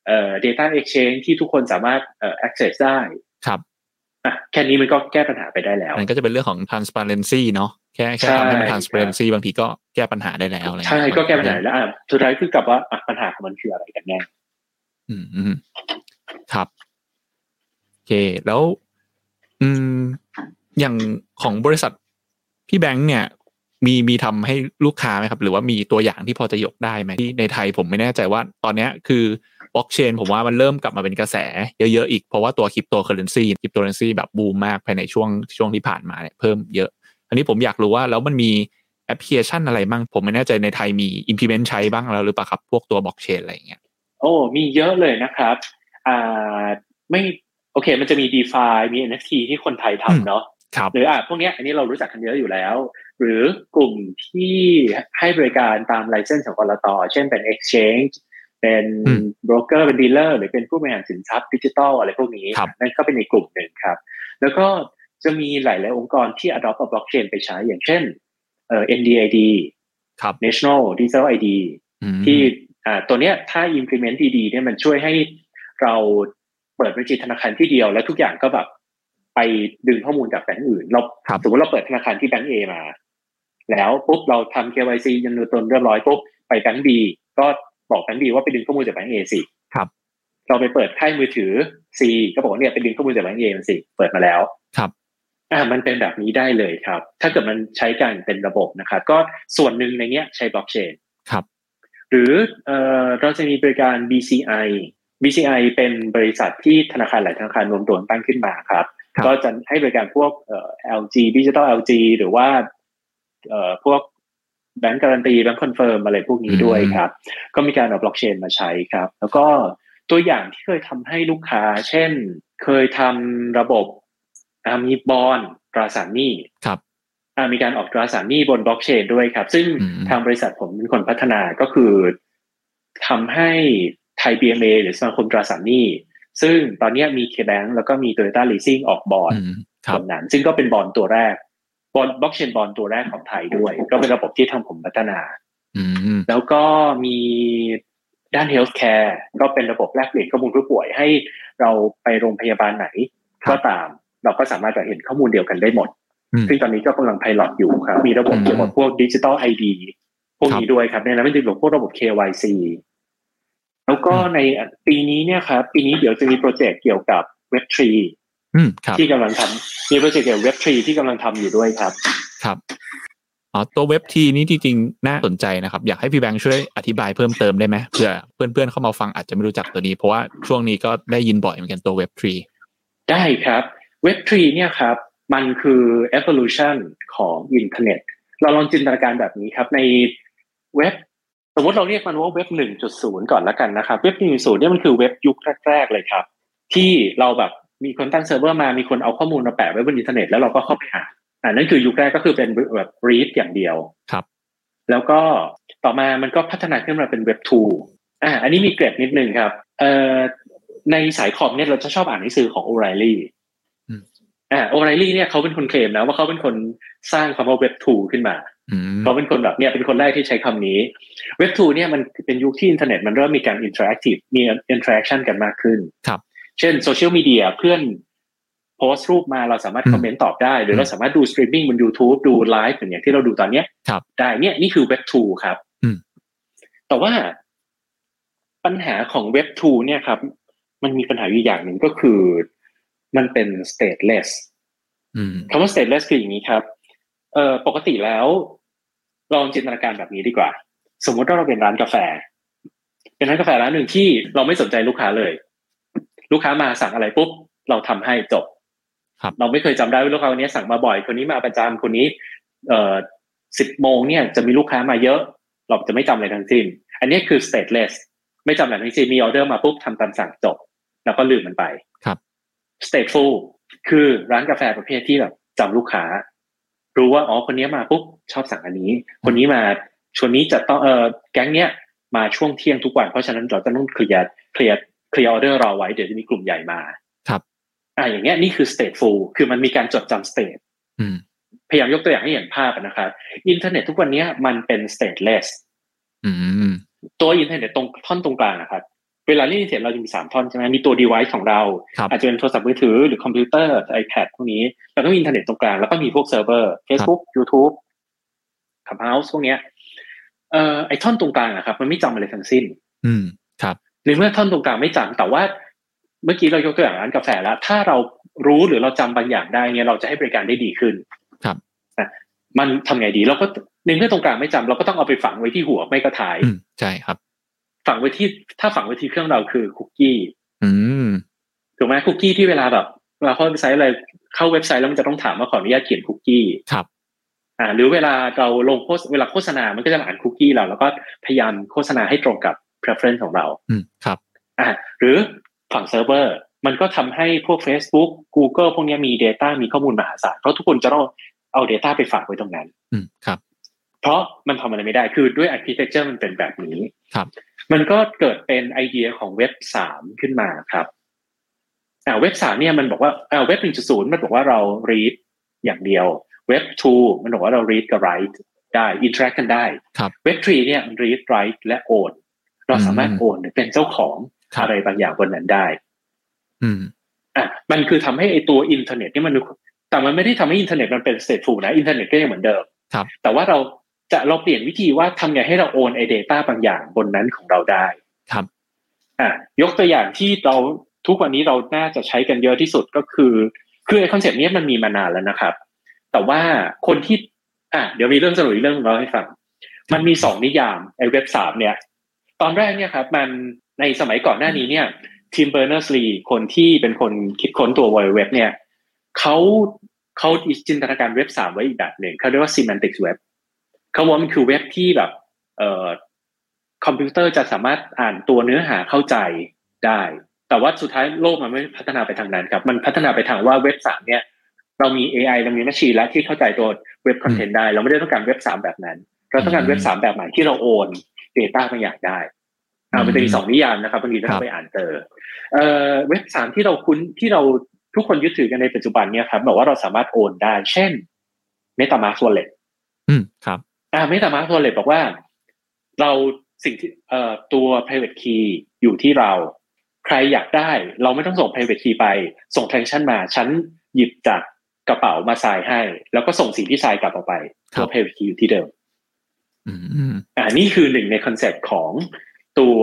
Speaker 2: เอ่อ Data Exchange ที่ทุกคนสามารถเอ่อ access ได้
Speaker 1: ครับ
Speaker 2: อ่ะแค่นี้มันก็แก้ปัญหาไปได้แล้ว
Speaker 1: มันก็จะเป็นเรื่องของ transparency เนาะแค่แค่
Speaker 2: ใช่
Speaker 1: ทำให้มัน
Speaker 2: ครับ
Speaker 1: transparency บางทีก็แก้ปัญหาได้แล้วอะไร
Speaker 2: ใช่ก็แก้ปัญหาแล้วอ่ะสุดท้ายคือกลับว่าอ่ะปัญหาของมันคืออะไรกันแน่
Speaker 1: อืมอืมครับโอเคแล้ว อืม อย่างของบริษัทพี่แบงค์เนี่ย มีมีทำให้ลูกค้าไหมครับ หรือว่ามีตัวอย่างที่พอจะยกได้ไหมที่ในไทยผมไม่แน่ใจว่า ตอนเนี้ยคือบล็อกเชนผมว่ามันเริ่มกลับมาเป็นกระแสเยอะๆอีกเพราะว่าตัวคริปโตเคอเรนซีคริปโตเคอเรนซีแบบบูมมากภายในช่วงช่วงที่ผ่านมาเนี่ยเพิ่มเยอะ อันนี้ผมอยากรู้ว่าแล้วมันมีแอปพลิเคชันอะไรบ้างผมไม่แน่ใจในไทยมี implement ใช้บ้างแล้วหรือเปล่าครับพวกตัวบล็อกเชนอะไรอย่างเงี้ย
Speaker 2: โอ้มีเยอะเลยนะครับอ่าไม่โอเค มันจะมี DeFi มี NFT ที่คนไทยทำเนาะ
Speaker 1: ครับ
Speaker 2: หรืออ่ะพวกเนี้ยอันนี้เรารู้จักกันเยอะอยู่แล้ว หรือกลุ่มที่ให้บริการตามไลเซนส์ของกรตเช่นเป็น Exchange เป็น
Speaker 1: อืม
Speaker 2: โบรกเกอร์เป็นดีลเลอร์หรือเป็นผู้บริหารสินทรัพย์ดิจิทัลอะไรพวกนี้
Speaker 1: ครับ
Speaker 2: นั่นก็เป็นในกลุ่มหนึ่งครับ แล้วก็จะมีหลาย ๆ องค์กรที่ adopt เอาบล็อกเชนไปใช้อย่างเช่นเอ่อ NDID
Speaker 1: ครับ
Speaker 2: National Digital ID
Speaker 1: อืม
Speaker 2: ที่อ่าตัวเนี้ยถ้า implement ดีๆเนี่ยมันช่วยให้เราเปิดบัญชีธนาคารที่เดียวแล้วทุกอย่างก็แบบไปดึงข้อมูลจากแบงก์อื่น เรา
Speaker 1: ครับ
Speaker 2: สมมติเราเปิดธนาคารที่แบงก์เอมา แล้วปุ๊บเราทำ KYC ยันตัวตนเรียบร้อยปุ๊บไปแบงก์บีก็บอกแบงก์บีว่าไปดึงข้อมูลจากแบงก์เอสิ
Speaker 1: ครับ
Speaker 2: เราไปเปิดค่ายมือถือซีก็บอกว่าเนี่ยไปดึงข้อมูลจากแบงก์เอมาสิเปิดมาแล้ว
Speaker 1: ครับ
Speaker 2: อ่ามันเป็นแบบนี้ได้เลยครับ ถ้าเกิดมันใช้กันเป็นระบบนะครับก็ส่วนหนึ่งในเนี้ยใช้บล็อกเชน
Speaker 1: ครับ
Speaker 2: หรือเอ่อเราจะมีบริการ BCI BCI เป็นบริษัทที่ธนาคารหลายธนาคารรวมตัวตั้งขึ้นมาครับ
Speaker 1: ครับ
Speaker 2: ก็จะให้บริการพวกเอ่อ LG Digital LG หรือว่าเอ่อพวกแบงก์การันตีแบงก์คอนเฟิร์มอะไรพวกนี้ด้วยครับ ก็มีการเอาบล็อกเชนมาใช้ครับ แล้วก็ ตัวอย่างที่เคยทำให้ลูกค้า เช่น เคยทำระบบอ่ามีบอลตราสารหนี้
Speaker 1: ครับ
Speaker 2: อ่ามีการออกตราสารหนี้บนบล็อกเชนด้วยครับ ซึ่ง
Speaker 1: อืม
Speaker 2: ทางบริษัทผมเป็นคนพัฒนาก็คือทำให้ไทย BMA หรือสมาคมตราสารหนี้ ซึ่งตอนเนี้ยมี KBank แล้วก็มี Toyota Leasing ออกบอล
Speaker 1: อืมครั
Speaker 2: ต
Speaker 1: บ
Speaker 2: รงนั้นซึ่งก็เป็นบอลตัวแรกบอลบล็อกเชนบอลตัวแรกของไทยด้วย ก็เป็นระบบที่ทางผมพัฒนา
Speaker 1: อืม
Speaker 2: แล้วก็มีด้านเฮลท์แคร์ก็เป็นระบบแลกเปลี่ยนข้อมูลผู้ป่วยให้เราไปโรงพยาบาลไหน
Speaker 1: ครับ
Speaker 2: ก็ตาม เราก็สามารถจะเห็นข้อมูลเดียวกันได้หมด
Speaker 1: อืม
Speaker 2: ซึ่งตอนนี้ก็กำลังไพลอตอยู่ครับ มีระบบ
Speaker 1: อืม
Speaker 2: เกี่ยวกับพวกดิจิตอลไอดีพวกนี้ด้วยครับในนั้นมันจะรวมพวกระบบ KYC แล้วก็
Speaker 1: อืม
Speaker 2: ในปีนี้เนี่ยครับปีนี้เดี๋ยวจะมีโปรเจกต์เกี่ยวกับเว็บทรี
Speaker 1: อืมครับ
Speaker 2: ที่กำลังทำมีโปรเจกต์เกี่ยวกับเว็บทรีที่กำลังทำอยู่ด้วยครับ
Speaker 1: ครับอ๋อตัวเว็บทีนี้จริงๆ น่าสนใจนะครับ อยากให้พี่แบงค์ช่วยอธิบายเพิ่มเติมได้ไหมเผื่อเพื่อนๆเข้ามาฟังอาจจะไม่รู้จักตัวนี้ เพราะว่าช่วงนี้ก็ได้ยินบ่อยเหมือนกันตัวเว็บทรี
Speaker 2: ได้ครับเว็บทรีเนี่ยครับมันคือ evolution ของอินเทอร์เน็ต เราลองจินตนาการแบบนี้ครับในเว็บ สมมติเราเรียกมันว่าเว็บ 1.0 ก่อนละกันนะครับเว็บ 1.0เนี่ยมันคือเว็บยุคแรกๆเลยครับ ที่เราแบบมีคนตั้งเซิร์ฟเวอร์มามีคนเอาข้อมูลมาแปะไว้บนอินเทอร์เน็ตแล้วเราก็เข้าไปหาอันนั้นคือยุคแรกก็คือเป็นแบบ read อย่างเดียว แล้วก็ต่อมามันก็พัฒนาขึ้นมาเป็นเว็บ2อ่า อันนี้มีเกร็ดนิดนึงครับ เอ่อ ในสายคอมเนี่ยเราจะชอบอ่านหนังสือของโอไรลี่
Speaker 1: อืม
Speaker 2: อ่า โอไรลี่เนี่ยเขาเป็นคนเคลมนะว่าเขาเป็นคนสร้างคำว่าเว็บ2ขึ้นมา
Speaker 1: อืม
Speaker 2: เขาเป็นคนแบบเนี่ยเป็นคนแรกที่ใช้คำนี้เว็บทูเนี่ยมันเป็นยุคที่อินเทอร์เน็ตมันเริ่มมีการอินเทอร์แอคทีฟมีอินเทอร์แอคชั่นกันมากขึ้น
Speaker 1: ครับ
Speaker 2: เช่นโซเชียลมีเดียเพื่อนโพสต์รูปมาเราสามารถคอมเมนต์ตอบได้ หรือเราสามารถดูสตรีมมิ่งบน YouTube ดูไลฟ์เหมือนอย่างที่เราดูตอนเนี้ย
Speaker 1: ครับ
Speaker 2: ได้เนี่ยนี่คือเว็บทูครับ
Speaker 1: อืม
Speaker 2: แต่ว่าปัญหาของเว็บทูเนี่ยครับ มันมีปัญหาอยู่อย่างหนึ่งก็คือ มันเป็น stateless
Speaker 1: อืม
Speaker 2: คำว่า stateless คืออย่างนี้ครับ เอ่อปกติแล้วลองจินตนาการแบบนี้ดีกว่า สมมุติว่าเราเป็นร้านกาแฟ เป็นร้านกาแฟร้านหนึ่งที่เราไม่สนใจลูกค้าเลย ลูกค้ามาสั่งอะไรปุ๊บเราทำให้จบ
Speaker 1: ครับ
Speaker 2: เราไม่เคยจำได้ว่าลูกค้าคนนี้สั่งมาบ่อยคนนี้มาประจำคนนี้ เอ่อสิบโมงเนี่ยจะมีลูกค้ามาเยอะ เราจะไม่จำอะไรทั้งสิ้น อันนี้คือ stateless ไม่จำอะไรทั้งสิ้นมีออเดอร์มาปุ๊บทำตามสั่งจบ แล้วก็ลืมมันไป
Speaker 1: ครับ
Speaker 2: stateful คือร้านกาแฟประเภทที่แบบจำลูกค้า รู้ว่าอ๋อคนนี้มาปุ๊บชอบสั่งอันนี้ คนนี้มาชวนนี้จะต้องเออแก๊งเนี้ยมาช่วงเที่ยงทุกวันเพราะฉะนั้นเราจะต้องเคลียร์เคลียร์เคลียร์ออเดอร์เราไว้เดี๋ยวจะมีกลุ่มใหญ่มา
Speaker 1: ครับ
Speaker 2: อ่าอย่างเงี้ยนี่คือ stateful คือมันมีการจดจำ state
Speaker 1: อืม
Speaker 2: พยายามยกตัวอย่างให้เห็นภาพอะนะครับอินเทอร์เน็ตทุกวันเนี้ยมันเป็น stateless
Speaker 1: อืม
Speaker 2: ตัวอินเทอร์เน็ตตรงท่อนตรงกลางนะครับ เวลาเล่นอินเทอร์เน็ตเราจะมีสามท่อนใช่ไหมมีตัว device ของเรา
Speaker 1: ครับ
Speaker 2: อาจจะเป็นโทรศัพท์มือถือหรือคอมพิวเตอร์ iPad พวกนี้ แล้วก็มีอินเทอร์เน็ตตรงกลาง แล้วก็มีพวกเซิร์ฟเวอร์ Facebook YouTube Clubhouse พวกเนี้ยเอ่อไอท่อนตรงกลางอะครับ มันไม่จำอะไรทั้งสิ้น
Speaker 1: อืมครับ
Speaker 2: ในเมื่อท่อนตรงกลางไม่จำแต่ว่า เมื่อกี้เรายกตัวอย่างร้านกาแฟแล้ว ถ้าเรารู้หรือเราจำบางอย่างได้เนี่ยเราจะให้บริการได้ดีขึ้น
Speaker 1: ครับ
Speaker 2: อ่ะมันทำไงดีเราก็ในเมื่อตรงกลางไม่จำเราก็ต้องเอาไปฝังไว้ที่หัวไม่ก็ท้าย
Speaker 1: อืมใช่ครับ
Speaker 2: ฝังไว้ที่ถ้าฝังไว้ที่เครื่องเราคือคุกกี้
Speaker 1: อืม
Speaker 2: ถูกไหมคุกกี้ที่เวลาแบบเวลาเข้าเว็บไซต์อะไรเข้าเว็บไซต์แล้วมันจะต้องถามว่าขออนุญาตเขียนคุกกี้
Speaker 1: ครับ
Speaker 2: อ่า หรือเวลาเราลงโฆษเวลาโฆษณา มันก็จะอ่านคุกกี้เราแล้วก็พยายามโฆษณาให้ตรงกับ preference ของเรา
Speaker 1: อืมครับ
Speaker 2: อ่ะหรือฝั่งเซิร์ฟเวอร์มันก็ทำให้พวก Facebook Google พวกเนี้ยมี Data มีข้อมูลมหาศาลเพราะทุกคนจะต้องเอา Data ไปฝากไว้ตรงนั้น
Speaker 1: อืมครับ
Speaker 2: เพราะมันทำอะไรไม่ได้คือด้วย architecture มันเป็นแบบนี้
Speaker 1: ครับ
Speaker 2: มันก็เกิดเป็นไอเดียของเว็บสามขึ้นมาครับอ่าเว็บสามเนี่ยมันบอกว่าอ่าเว็บหนึ่งจุดศูนย์มันบอกว่าเรา read อย่างเดียว เว็บ two มันบอกว่าเรา read กับ write ได้ interact กันได้
Speaker 1: ครับ
Speaker 2: เว็บ three เนี่ยมัน read write และ own เราสามารถ
Speaker 1: อืม
Speaker 2: โอนหรือเป็นเจ้าของ
Speaker 1: ครับ
Speaker 2: อะไรบางอย่างบนนั้นได้
Speaker 1: อืม
Speaker 2: อ่ะมันคือทำให้ไอตัวอินเทอร์เน็ตนี่มันดูแต่มันไม่ได้ทำให้อินเทอร์เน็ตมันเป็นเศษฟูนะอินเทอร์เน็ตก็ยังเหมือนเดิม
Speaker 1: ครับ
Speaker 2: แต่ว่าเราจะเราเปลี่ยนวิธีว่าทำไงให้เราโอนไอเดต้าบางอย่างบนนั้นของเราได้
Speaker 1: ครับ
Speaker 2: อ่ะยกตัวอย่างที่เราทุกวันนี้เราน่าจะใช้กันเยอะที่สุดก็คือคือไอคอนเซปต์นี้มันมีมานานแล้วนะครับ แต่ว่าคนที่อ่ะเดี๋ยวมีเรื่องสนุกอีกเรื่องหนึ่งเราให้ฟัง มันมีสองนิยามไอเว็บสามเนี่ย ตอนแรกเนี่ยครับ มันในสมัยก่อนหน้านี้เนี่ย ทีมเบอร์เนอร์สลีคนที่เป็นคนคิดค้นตัวไวเว็บเนี่ยเขาเขาจินตนาการเว็บสามไว้อีกแบบหนึ่งเขาเรียกว่า semantic web เขาว่ามันคือเว็บที่แบบเอ่อคอมพิวเตอร์จะสามารถอ่านตัวเนื้อหาเข้าใจ ได้ แต่ว่าสุดท้ายโลกมันไม่พัฒนาไปทางนั้นครับ มันพัฒนาไปทางว่าเว็บสามเนี่ย เรามี AI เรามีแมชชีนแล้วที่เข้าใจตัวเว็บคอนเทนต์ได้ เราไม่ได้ต้องการเว็บสามแบบนั้น เราต้องการเว็บสามแบบใหม่ที่เราโอน Data บางอย่างได้อ่ามันจะมีสองนิยามนะครับบางที
Speaker 1: ครั
Speaker 2: ถ้า
Speaker 1: บ
Speaker 2: ไปอ่านเจอเอ่อเว็บสามที่เราคุ้นที่เราทุกคนยึดถือกันในปัจจุบันเนี่ยครับบอกว่าเราสามารถโอนได้ เช่น MetaMask Wallet
Speaker 1: อืมครับ
Speaker 2: อ่าไม่แต่มาร์คโทรเลยบอกว่า เราสิ่งที่เอ่อตัว private key อยู่ที่เรา ใครอยากได้ เราไม่ต้องส่ง private key ไป ส่ง transaction มา ฉันหยิบจากกระเป๋ามาทรายให้ แล้วก็ส่งสิ่งที่ทรายกลับออกไป
Speaker 1: ครับ
Speaker 2: ตัว private key อยู่ที่เดิม
Speaker 1: อืม
Speaker 2: อ่านี่คือหนึ่งในคอนเซปต์ของตัว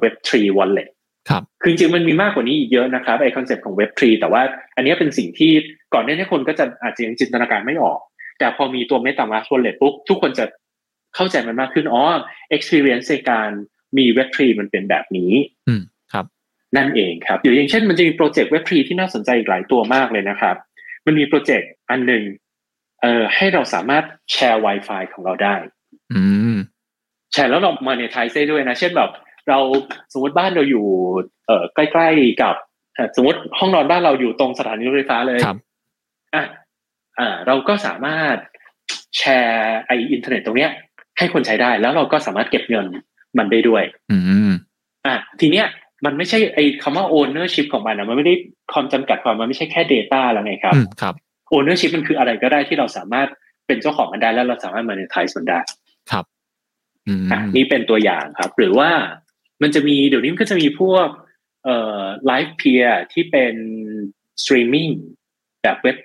Speaker 2: เว็บ3 wallet
Speaker 1: ครับ
Speaker 2: คือจริงๆมันมีมากกว่านี้อีกเยอะนะครับไอคอนเซปต์ของเว็บ3แต่ว่าอันนี้เป็นสิ่งที่ก่อนหน้านี้คนก็จะอาจจะยังจินตนาการไม่ออก แต่พอมีตัว MetaMask Wallet ปุ๊บทุกคนจะเข้าใจมันมากขึ้นอ๋อ experience ในการมีเว็บ3มันเป็นแบบนี้
Speaker 1: อืมครับ
Speaker 2: นั่นเองครับอยู่อย่างเช่นมันจะมีโปรเจกต์เว็บพรีที่น่าสนใจอีกหลายตัวมากเลยนะครับ มันมีโปรเจกต์อันหนึ่งเอ่อให้เราสามารถแชร์ Wi-Fi ของเราได้
Speaker 1: อืม
Speaker 2: แชร์แล้วเรามาในไทยได้ด้วยนะ เช่นแบบ เราสมมติบ้านเราอยู่เอ่อใกล้ๆกับเอ่อสมมติห้องนอนบ้านเราอยู่ตรงสถานีรถไฟฟ้าเลย
Speaker 1: ครับ
Speaker 2: อ่ะอ่า เราก็สามารถแชร์ไออินเทอร์เน็ตตรงเนี้ย ให้คนใช้ได้แล้วเราก็สามารถเก็บเงินมันได้ด้วย
Speaker 1: อืม
Speaker 2: อ่ะทีเนี้ยมันไม่ใช่ไอ้คำว่า ownership ของมันนะมันไม่ได้ความจำกัดความมันไม่ใช่แค่ data แล้วไงครับ
Speaker 1: อืมครับ
Speaker 2: ownership มันคืออะไรก็ได้ที่เราสามารถเป็นเจ้าของมันได้แล้วเราสามารถ monetize มันได้
Speaker 1: อืม
Speaker 2: อ่ะนี่เป็นตัวอย่างครับ หรือว่ามันจะมีเดี๋ยวนี้มันก็จะมีพวกเอ่อ live peer ที่เป็น streaming แบบ web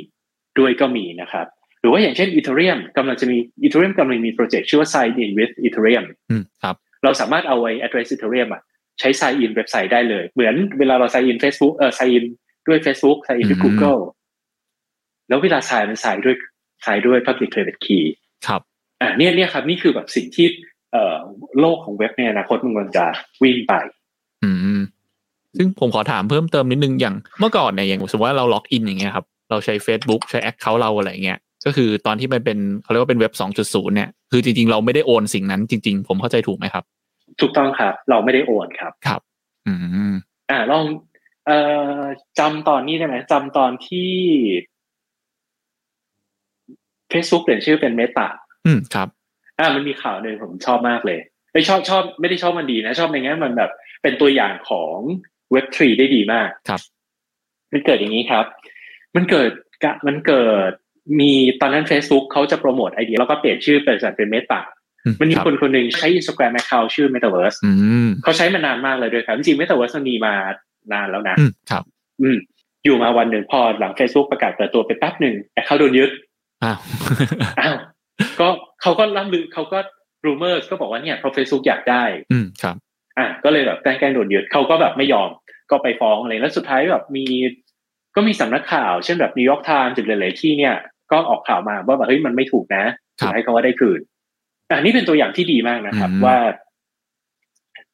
Speaker 2: 3ด้วยก็มีนะครับ หรือว่าอย่างเช่น Ethereum กำลังจะมี Ethereum กำลังมีโปรเจกต์ชื่อว่า Sign in with Ethereum
Speaker 1: อืมครับ
Speaker 2: เราสามารถเอาไอ้ address Ethereum อะใช้ sign in เว็บไซต์ได้เลย เหมือนเวลาเรา sign in Facebook เออ sign in ด้วย Facebook sign in ด้วย
Speaker 1: อืม
Speaker 2: Google แล้วเวลา sign มัน sign ด้วย sign ด้วย public private key
Speaker 1: ครับ
Speaker 2: อ่าเนี่ยเนี่ยครับ นี่คือแบบสิ่งที่เอ่อโลกของเว็บในอนาคตมันกำลังจะวิ่งไป
Speaker 1: อืมซึ่งผมขอถามเพิ่มเติมนิดนึงอย่างเมื่อก่อนเนี่ยอย่างสมมติว่าเราล็อกอินอย่างเงี้ยครับเราใช้ Facebook ใช้แอคเคาท์เราอะไรเงี้ยก็คือตอนที่มันเป็นเขาเรียกว่าเป็นเว็บ 2.0 เนี่ยคือจริงๆ เราไม่ได้โอนสิ่งนั้นจริง ๆ ผมเข้าใจถูกไหมครับ
Speaker 2: ถูกต้องครับ เราไม่ได้โอนครับ
Speaker 1: อืม
Speaker 2: อ่าลองเอ่อจำตอนนี้ได้ไหมจำตอนที่ Facebook เปลี่ยนชื่อเป็น Meta
Speaker 1: อืมครับ
Speaker 2: อ่ามันมีข่าวหนึ่งผมชอบมากเลยไม่ชอบชอบไม่ได้ชอบมันดีนะ ชอบในแง่มันแบบเป็นตัวอย่างของเว็บทรีได้ดีมาก
Speaker 1: ครับ
Speaker 2: มันเกิดอย่างนี้ครับ มันเกิดกะมันเกิดมีตอนนั้น Facebook เขาจะโปรโมทไอเดียแล้วก็เปลี่ยนชื่อเป็นสัตว์เป็นเมตา
Speaker 1: อื
Speaker 2: มันมี
Speaker 1: รับ
Speaker 2: คนคนหนึ่งใช้ Instagram account ชื่อ Metaverse
Speaker 1: อืม
Speaker 2: เขาใช้มานานมากเลยด้วยครับ จริง Metaverse มันมีมานานแล้วนะ
Speaker 1: อืมครับ
Speaker 2: อืม อยู่มาวันหนึ่งพอหลัง Facebook ประกาศเปิดตัวไปแป๊บหนึ่งแอคเคาโดนยึด
Speaker 1: อ้าว [laughs]
Speaker 2: อ้าวก็เขาก็ล่ำลือเขาก็รูเมอร์ก็บอกว่าเนี่ย p r o f e s s o r อยากได้
Speaker 1: อืมครับ
Speaker 2: อ่ะก็เลยแบบแกล้งๆโดนยึดเขาก็แบบไม่ยอมก็ไปฟ้องอะไรแล้วสุดท้ายแบบมีก็มีสำนักข่าว เช่นแบบนิวยอร์กไทม์จุดหลายๆที่เนี่ย ก็ออกข่าวมาว่าแบบเฮ้ยมันไม่ถูกนะ
Speaker 1: ครั
Speaker 2: สุด
Speaker 1: บ
Speaker 2: ท้ายเขาก็ได้คืนอ่ะนี่เป็นตัวอย่างที่ดีมากนะครับ
Speaker 1: อืม
Speaker 2: ว่า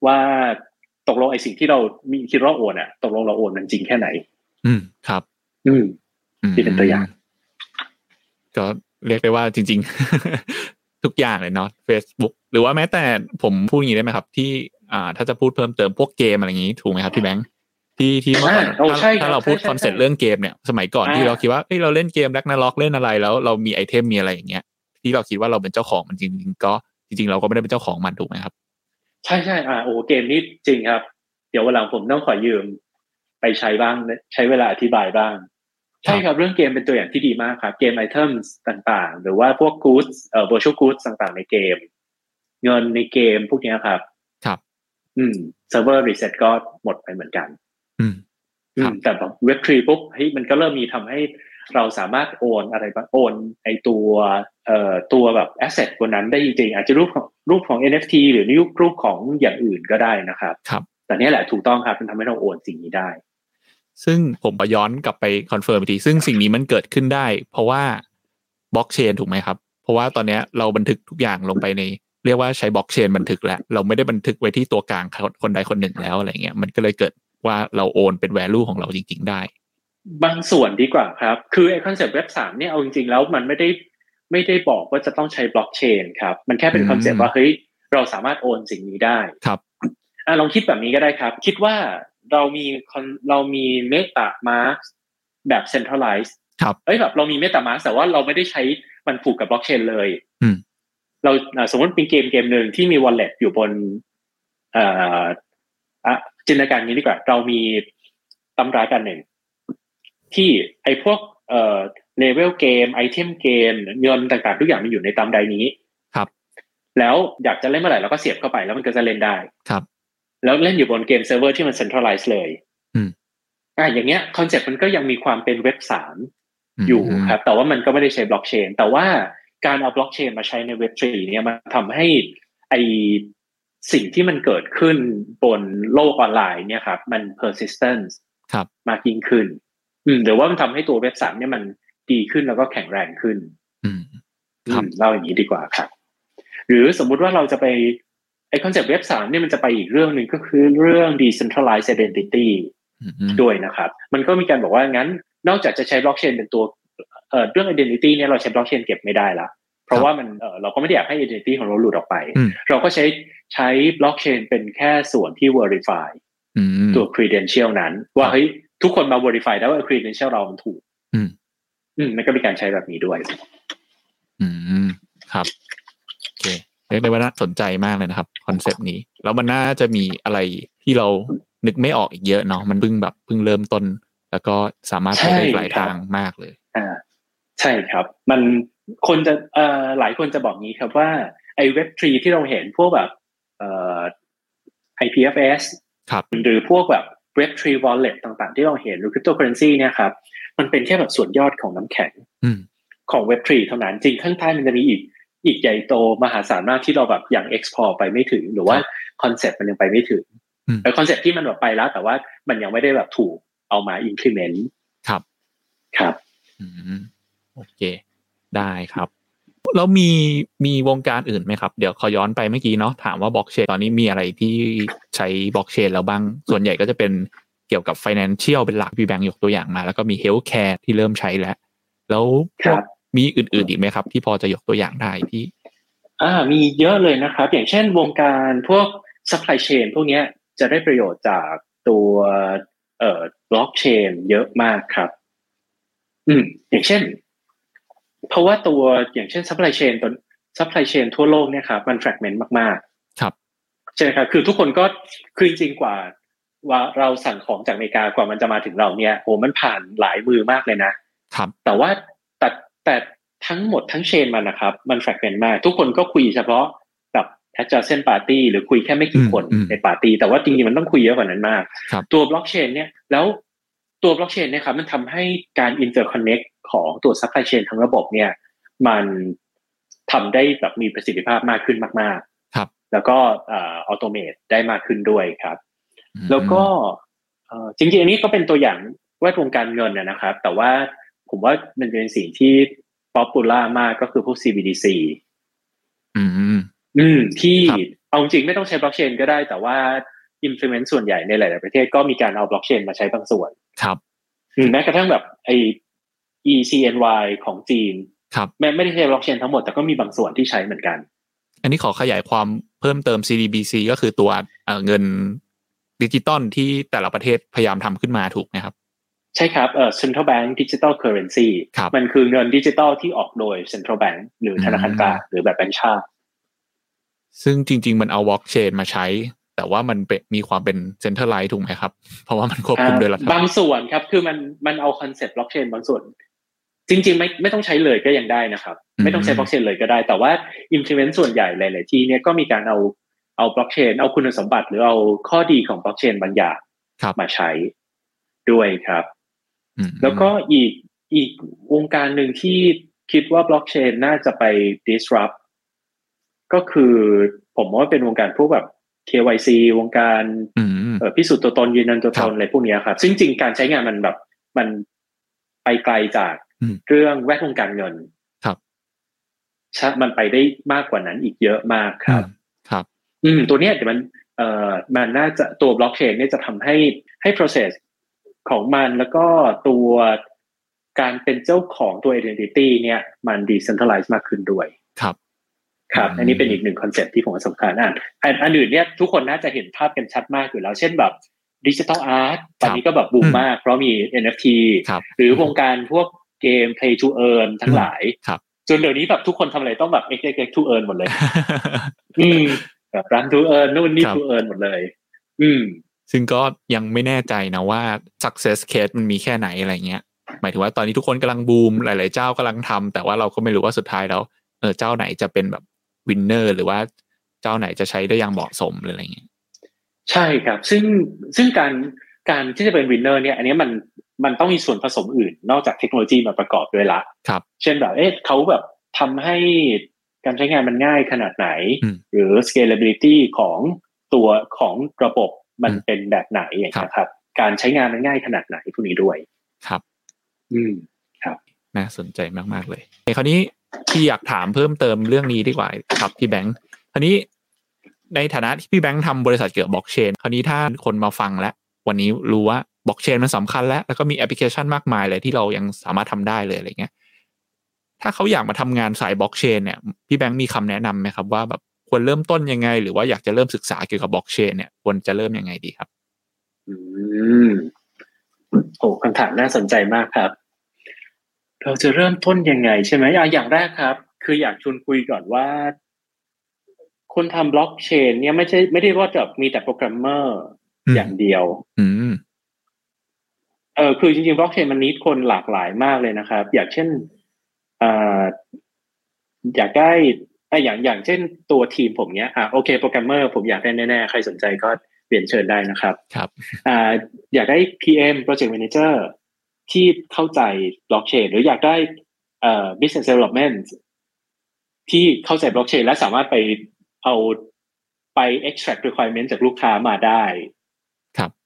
Speaker 2: ว่าตกลงไอ้สิ่งที่เรามีคิดว่าโอนอะตกลงเราโอนมันจริงแค่ไหน
Speaker 1: อืมครับ
Speaker 2: อืม
Speaker 1: อืม
Speaker 2: ที่เป็นตัวอย่าง
Speaker 1: ก็เรียกได้ว่าจริง ๆ [laughs] ทุกอย่างเลยเนาะ Facebook หรือว่าแม้แต่ผมพูดอย่างนี้ได้ไหมครับ ที่อ่าถ้าจะพูดเพิ่มเติมพวกเกมอะไรอย่างนี้ถูกไหมครับพี่แบงค์ที่ที่เมื่อก่อน
Speaker 2: อ่าโอ้ใช่
Speaker 1: ถ้า
Speaker 2: ครั
Speaker 1: ถ้า
Speaker 2: บ
Speaker 1: เราพูด
Speaker 2: ใช่ใช่
Speaker 1: คอนเซ็ปต์
Speaker 2: ใช่
Speaker 1: เรื่องเกมเนี่ยสมัยก่อน
Speaker 2: อ่า
Speaker 1: ที่เราคิดว่าเอ้ยเราเล่นเกมแร็กนาล็อกเล่นอะไรแล้วเรามีไอเทมมีอะไรอย่างเงี้ยที่เราคิดว่าเราเป็นเจ้าของมันจริงๆก็จริง ๆ เราก็ไม่ได้เป็นเจ้าของมันถูกไหมครับ
Speaker 2: ใช่ใช่อ่าโอ้เกมนี้จริงครับ เดี๋ยววันหลังผมต้องขอยืม ไปใช้บ้างนะใช้เวลาอธิบายบ้าง ใช่ครับเรื่องเกมเป็นตัวอย่างที่ดีมากครับ เกมไอเทมต่างๆ หรือว่าพวกกู๊ดเอ่อ virtual goods ต่างๆ ในเกม เงินในเกมพวกเนี้ยครับ
Speaker 1: ครับ
Speaker 2: อืมเซิร์ฟเวอร์รีเซ็ตก็หมดไปเหมือนกัน
Speaker 1: อืม
Speaker 2: อื
Speaker 1: ครั
Speaker 2: ม
Speaker 1: บ
Speaker 2: แต่แบบเว็บทรีปุ๊บเฮ้ยมันก็เริ่มมีทำให้เราสามารถโอนอะไรบ้างโอนไอตัวเอ่อตัวแบบแอสเซทบนนั้นได้จริงๆอาจจะรูปของรูปของ NFT หรือรูปรูปของอย่างอื่นก็ได้นะครับ
Speaker 1: ครับ
Speaker 2: แต่เนี้แหละถูกต้องครับ มันทำให้เราโอนสิ่งนี้ได้
Speaker 1: ซึ่งผมไปย้อนกลับไปคอนเฟิร์มอีกที ซึ่งสิ่งนี้มันเกิดขึ้นได้ เพราะว่าบล็อกเชนถูกไหมครับ เพราะว่าตอนเนี้ยเราบันทึกทุกอย่างลงไปใน เรียกว่าใช้บล็อกเชนบันทึกแล้ว เราไม่ได้บันทึกไว้ที่ตัวกลางคนคนใดคนหนึ่งแล้วอะไรเงี้ยมันก็เลยเกิดว่าเราโอนเป็นแวลูของเราจริง ๆ ได้
Speaker 2: บางส่วนดีกว่าครับ คือไอคอนเซปต์เว็บสามเนี่ยเอาจริงๆแล้วมันไม่ได้ไม่ได้บอกว่าจะต้องใช้บล็อกเชนครับ มันแค่เป็น
Speaker 1: อืม
Speaker 2: คอนเซปต์ว่าเฮ้ยเราสามารถโอนสิ่งนี้ได้
Speaker 1: ครับ
Speaker 2: อ่ะลองคิดแบบนี้ก็ได้ครับ คิดว่าเรามีคอนเรามีเมตามาร์แบบเซ็นทรัลไลซ์
Speaker 1: ครับ
Speaker 2: เอ้ยแบบเรามีเมตามาร์แต่ว่าเราไม่ได้ใช้มันผูกกับบล็อกเชนเลย
Speaker 1: อืม
Speaker 2: เราอ่ะสมมติเป็นเกมเกมหนึ่งที่มีวอลเล็ตอยู่บนเอ่ออ่ะจินตนาการนี้ดีกว่า เรามีตำรากันหนึ่ง ที่ไอ้พวกเอ่อเลเวลเกมไอเทมเกมเงินต่างๆ ทุกอย่างมันอยู่ในตำใดนี้
Speaker 1: ครับ
Speaker 2: แล้วอยากจะเล่นเมื่อไหร่เราก็เสียบเข้าไปแล้วมันก็จะเล่นได้
Speaker 1: ครับ
Speaker 2: แล้วเล่นอยู่บนเกมเซิร์ฟเวอร์ที่มันเซ็นทรัลไลซ์เลย
Speaker 1: อืม
Speaker 2: อ่าอย่างเงี้ยคอนเซ็ปต์มันก็ยังมีความเป็นเว็บสาม
Speaker 1: ม
Speaker 2: อยู่ครับ แต่ว่ามันก็ไม่ได้ใช้บล็อกเชน แต่ว่าการเอาบล็อกเชนมาใช้ในเว็บสีเนี่ยมันทำให้ไอสิ่งที่มันเกิดขึ้นบนโลกออนไลน์เนี่ยครับ มัน persistence
Speaker 1: ครับ
Speaker 2: มากยิ่งขึ้น อืมหรือว่ามันทำให้ตัวเว็บสามเนี่ยมันดีขึ้นแล้วก็แข็งแรงขึ้น
Speaker 1: อืม ครับ
Speaker 2: อืมเล่าอย่างนี้ดีกว่าครับ หรือสมมุติว่าเราจะไปไอคอนเซปต์เว็บสามเนี่ยมันจะไปอีกเรื่องหนึ่งก็คือเรื่อง decentralized identity
Speaker 1: อืมอืม
Speaker 2: ด้วยนะครับ มันก็มีการบอกว่างั้น นอกจากจะใช้บล็อกเชนเป็นตัวเอ่อเรื่อง identity เนี่ยเราใช้บล็อกเชนเก็บไม่ได้ละ เพราะว่ามันเอ่อเราก็ไม่ได้อยากให้ identity ของเราหลุดออกไป
Speaker 1: อืม
Speaker 2: เราก็ใช้ใช้บล็อกเชนเป็นแค่ส่วนที่ verify
Speaker 1: อืม
Speaker 2: ตัว credential นั้น ว่าเฮ้ยทุกคนมา verify ได้ว่า credential เรามันถูก
Speaker 1: อืม
Speaker 2: อืมมันก็มีการใช้แบบนี้ด้วย
Speaker 1: อืมครับโอเคเรียกได้ว่าน่าสนใจมากเลยนะครับคอนเซปต์นี้ แล้วมันน่าจะมีอะไรที่เรานึกไม่ออกอีกเยอะเนาะมันเพิ่งแบบเพิ่งเริ่มต้น แล้วก็สามารถไปได้หลายทางมากเลย
Speaker 2: อ่าใช่ครับ มันคนจะเอ่อหลายคนจะบอกงี้ครับว่าไอ้เว็บทรีที่เราเห็นพวกแบบเอ่อ IPFS
Speaker 1: ครับ
Speaker 2: หรือพวกแบบเว็บทรีวอลเล็ตต่างๆ ที่เราเห็นหรือคริปโตเคอเรนซีเนี่ยครับ มันเป็นแค่แบบส่วนยอดของน้ำแข็ง
Speaker 1: อืม
Speaker 2: ของเว็บทรีเท่านั้นจริงข้างใต้มันจะมีอีกอีกใหญ่โตมหาศาลมากที่เราแบบยัง export ไปไม่ถึง หรือว่าคอนเซ็ปต์มันยังไปไม่ถึง
Speaker 1: อืม
Speaker 2: แต่คอนเซ็ปต์ที่มันแบบไปแล้ว แต่ว่ามันยังไม่ได้แบบถูกเอามา implement
Speaker 1: ครับ
Speaker 2: ครับ
Speaker 1: อืมโอเค ได้ครับ แล้วมีมีวงการอื่นไหมครับ เดี๋ยวขอย้อนไปเมื่อกี้เนาะถามว่าบล็อกเชนตอนนี้มีอะไรที่ใช้บล็อกเชนแล้วบ้าง ส่วนใหญ่ก็จะเป็นเกี่ยวกับ Financial เป็นหลักพี่แบงค์ยกตัวอย่างมา แล้วก็มี Healthcare ที่เริ่มใช้แล้ว แล้วพว
Speaker 2: ค
Speaker 1: ก
Speaker 2: รับ
Speaker 1: มีอื่นๆอีกไหมครับ ที่พอจะยกตัวอย่างได้ที่
Speaker 2: อ่ามีเยอะเลยนะครับ อย่างเช่นวงการพวก supply chain พวกเนี้ยจะได้ประโยชน์จากตัวเอ่อบล็อกเชนเยอะมากครับ อืม อย่างเช่น เพราะว่าตัวอย่างเช่น supply chain ตัว supply chain ทั่วโลกเนี่ยครับมัน fragment มากๆ
Speaker 1: ครับ
Speaker 2: ใช่ไหมครับคือทุกคนก็คือจริงๆกว่า ว่าเราสั่งของจากอเมริกากว่ามันจะมาถึงเราเนี่ยโหมันผ่านหลายมือมากเลยนะ
Speaker 1: ครับ
Speaker 2: แต่ว่าแต่แต่ทั้งหมดทั้งเชนมันนะครับ มันแฟกเมนต์มาก ทุกคนก็คุยเฉพาะกับแพทเจอร์เซนปาร์ตี้หรือคุยแค่ไม่กี่คน
Speaker 1: อืมอืม
Speaker 2: ในปาร์ตี้แต่ว่าจริงๆมันต้องคุยเยอะกว่านั้นมาก
Speaker 1: ครับ
Speaker 2: ตัวบล็อกเชนเนี่ยแล้วตัวบล็อกเชนเนี่ยครับมันทำให้การอินเตอร์คอนเน็กของตัวซัพพลายเชนทั้งระบบเนี่ย มันทำได้แบบมีประสิทธิภาพมากขึ้นมากๆ
Speaker 1: ครับ
Speaker 2: แล้วก็เอ่อออโตเมตได้มากขึ้นด้วยครับ
Speaker 1: อืม
Speaker 2: แล้วก็เอ่อจริงๆอันนี้ก็เป็นตัวอย่างแวดวงการเงินนะนะครับ แต่ว่าผมว่ามันเป็นสิ่งที่ป๊อปปูล่ามากก็คือพวก CBDC
Speaker 1: อืม
Speaker 2: อืมที่
Speaker 1: ครับ
Speaker 2: เอาจริงไม่ต้องใช้บล็อกเชนก็ได้ แต่ว่า implement ส่วนใหญ่ในหลาย ๆ ประเทศก็มีการเอาบล็อกเชนมาใช้บางส่วน
Speaker 1: ครับ
Speaker 2: อืมแม้กระทั่งแบบไอ ECNY ของจีน
Speaker 1: ครับ
Speaker 2: ไม่ไม่ได้ใช้บล็อกเชนทั้งหมดแต่ก็มีบางส่วนที่ใช้เหมือนกัน
Speaker 1: อันนี้ขอขยายความเพิ่มเติม CDBC ก็คือตัวเอ่อเงินดิจิตอลที่แต่ละประเทศพยายามทำขึ้นมาถูกไหมครับ
Speaker 2: ใช่ครับเอ่อ central bank digital currency
Speaker 1: ครับ
Speaker 2: มันคือเงินดิจิตอลที่ออกโดย central bank หรือธนาคารกลาง
Speaker 1: อืม
Speaker 2: หรือแบบแบงก์ชาติ
Speaker 1: ซึ่งจริง ๆ มันเอา blockchain มาใช้ แต่ว่ามันเป็นมีความเป็น centralized ถูกไหมครับ เพราะว่ามันควบคุมโดยรัฐ
Speaker 2: อ่าบางส่วนครับ คือมันมันเอาคอนเซ็ปต์บล็อกเชนบางส่วน จริง ๆ ไม่ไม่ต้องใช้เลยก็ยังได้นะครับ ไม่ต้องใช้บล็อกเชนเลยก็ได้ แต่ว่า implement ส่วนใหญ่หลาย ๆ ที่เนี่ยก็มีการเอาเอาบล็อกเชนเอาคุณสมบัติหรือเอาข้อดีของบล็อกเชนบางอย่าง
Speaker 1: ครับ
Speaker 2: มาใช้ด้วยครับ
Speaker 1: อืม
Speaker 2: แล้วก็อีกอีกวงการหนึ่งที่คิดว่าบล็อกเชนน่าจะไป disrupt ก็คือผมว่าเป็นวงการพวกแบบ KYC วงการ
Speaker 1: อืม
Speaker 2: เอ่อพิสูจน์ตัวตนยืนยันตัว
Speaker 1: ครั
Speaker 2: ต
Speaker 1: บ
Speaker 2: นอะไรพวกเนี้ยครับ ซึ่งจริงการใช้งานมันแบบมันไปไกลจาก
Speaker 1: อืม
Speaker 2: เรื่องแวดวงการเงิน
Speaker 1: ครับ
Speaker 2: ใช่มันไปได้มากกว่านั้นอีกเยอะมากครับ
Speaker 1: ครับ
Speaker 2: อืมตัวเนี้ยเดี๋ยวมันเอ่อมันน่าจะตัวบล็อกเชนเนี่ยจะทำให้ให้ process ของมันแล้วก็ตัวการเป็นเจ้าของตัว identity เนี่ยมัน decentralize มากขึ้นด้วย
Speaker 1: ครับ
Speaker 2: ครับ อันนี้เป็นอีกหนึ่งคอนเซ็ปที่ผมว่าสำคัญอ่ะอันอันอื่นเนี่ยทุกคนน่าจะเห็นภาพกันชัดมากอยู่แล้ว เช่นแบบดิจิทัลอาร์ตตอนนี้ก็แบบบูมมาก เพราะมี NFT
Speaker 1: ครับ [laughs]
Speaker 2: หรือวงการพวกเกม Play to Earn ทั้งหลาย
Speaker 1: ครับ
Speaker 2: จนเดี๋ยวนี้แบบทุกคนทำอะไรต้องแบบ x x to earn หมดเลย อืมแบบ run to earn นู่นนี่
Speaker 1: ครับ
Speaker 2: to earn หมดเลย อืม
Speaker 1: ซึ่งก็ยังไม่แน่ใจนะว่า success case มันมีแค่ไหนอะไรเงี้ย หมายถึงว่าตอนนี้ทุกคนกำลังบูม หลาย ๆ เจ้ากำลังทำแต่ว่าเราก็ไม่รู้ว่าสุดท้ายแล้วเออเจ้าไหนจะเป็นแบบวินเนอร์หรือว่าเจ้าไหนจะใช้ได้อย่างเหมาะสมหรืออะไรเงี้ย
Speaker 2: ใช่ครับ ซึ่งซึ่งการการที่จะเป็นวินเนอร์เนี่ย อันนี้มันมันต้องมีส่วนผสมอื่น นอกจากเทคโนโลยีมาประกอบด้วยละ
Speaker 1: ครับ
Speaker 2: เช่นแบบเอ๊ะเขาแบบทำให้การใช้งานมันง่ายขนาดไหน หรือ scalability ของตัวของระบบมัน
Speaker 1: อืม
Speaker 2: เป็นแบบไหนอย่างเงี้ยครับ การใช้งานมันง่ายขนาดไหนพวกนี้ด้วย
Speaker 1: ครับ
Speaker 2: อืม
Speaker 1: น่าสนใจมาก ๆ เลยไอ้คราวนี้พี่อยากถามเพิ่มเติมเรื่องนี้ดีกว่าครับพี่แบงค์คราวนี้ในฐานะที่พี่แบงค์ทำบริษัทเกี่ยวกับบล็อกเชนคราวนี้ถ้าคนมาฟังแล้ว วันนี้รู้ว่าบล็อกเชนมันสำคัญแล้ว แล้วก็มีแอปพลิเคชันมากมายเลยที่เรายังสามารถทำได้เลยอะไรเงี้ยถ้าเขาอยากมาทำงานสายบล็อกเชนเนี่ยพี่แบงค์มีคำแนะนำไหมครับว่าแบบควรเริ่มต้นยังไง หรือว่าอยากจะเริ่มศึกษาเกี่ยวกับบล็อกเชนเนี่ยควรจะเริ่มยังไงดีครับ
Speaker 2: อืมโอ้คำถามน่าสนใจมากครับ เราจะเริ่มต้นยังไงใช่ไหมอ่ะอย่างแรกครับ คืออยากชวนคุยก่อนว่า คนทำบล็อกเชน เนี่ยไม่ใช่ไม่ได้ว่าจะมีแต่โปรแกรมเมอร์
Speaker 1: อืม
Speaker 2: อย่างเดียว
Speaker 1: อืม
Speaker 2: เออคือจริงๆบล็อกเชนมันนิดคนหลากหลายมากเลยนะครับ อย่างเช่นเอ่ออยากได้อ่ะอย่างอย่างเช่นตัวทีมผมเนี้ยอ่ะโอเคโปรแกรมเมอร์ผมอยากได้แน่ๆ ใครสนใจก็เรียนเชิญได้นะครับ
Speaker 1: ครับ
Speaker 2: อ่าอยากได้ PM Project Manager ที่เข้าใจบล็อกเชนหรืออยากได้เอ่อ Business Development ที่เข้าใจบล็อกเชนและสามารถไปเอาไป extract requirement จากลูกค้ามาได้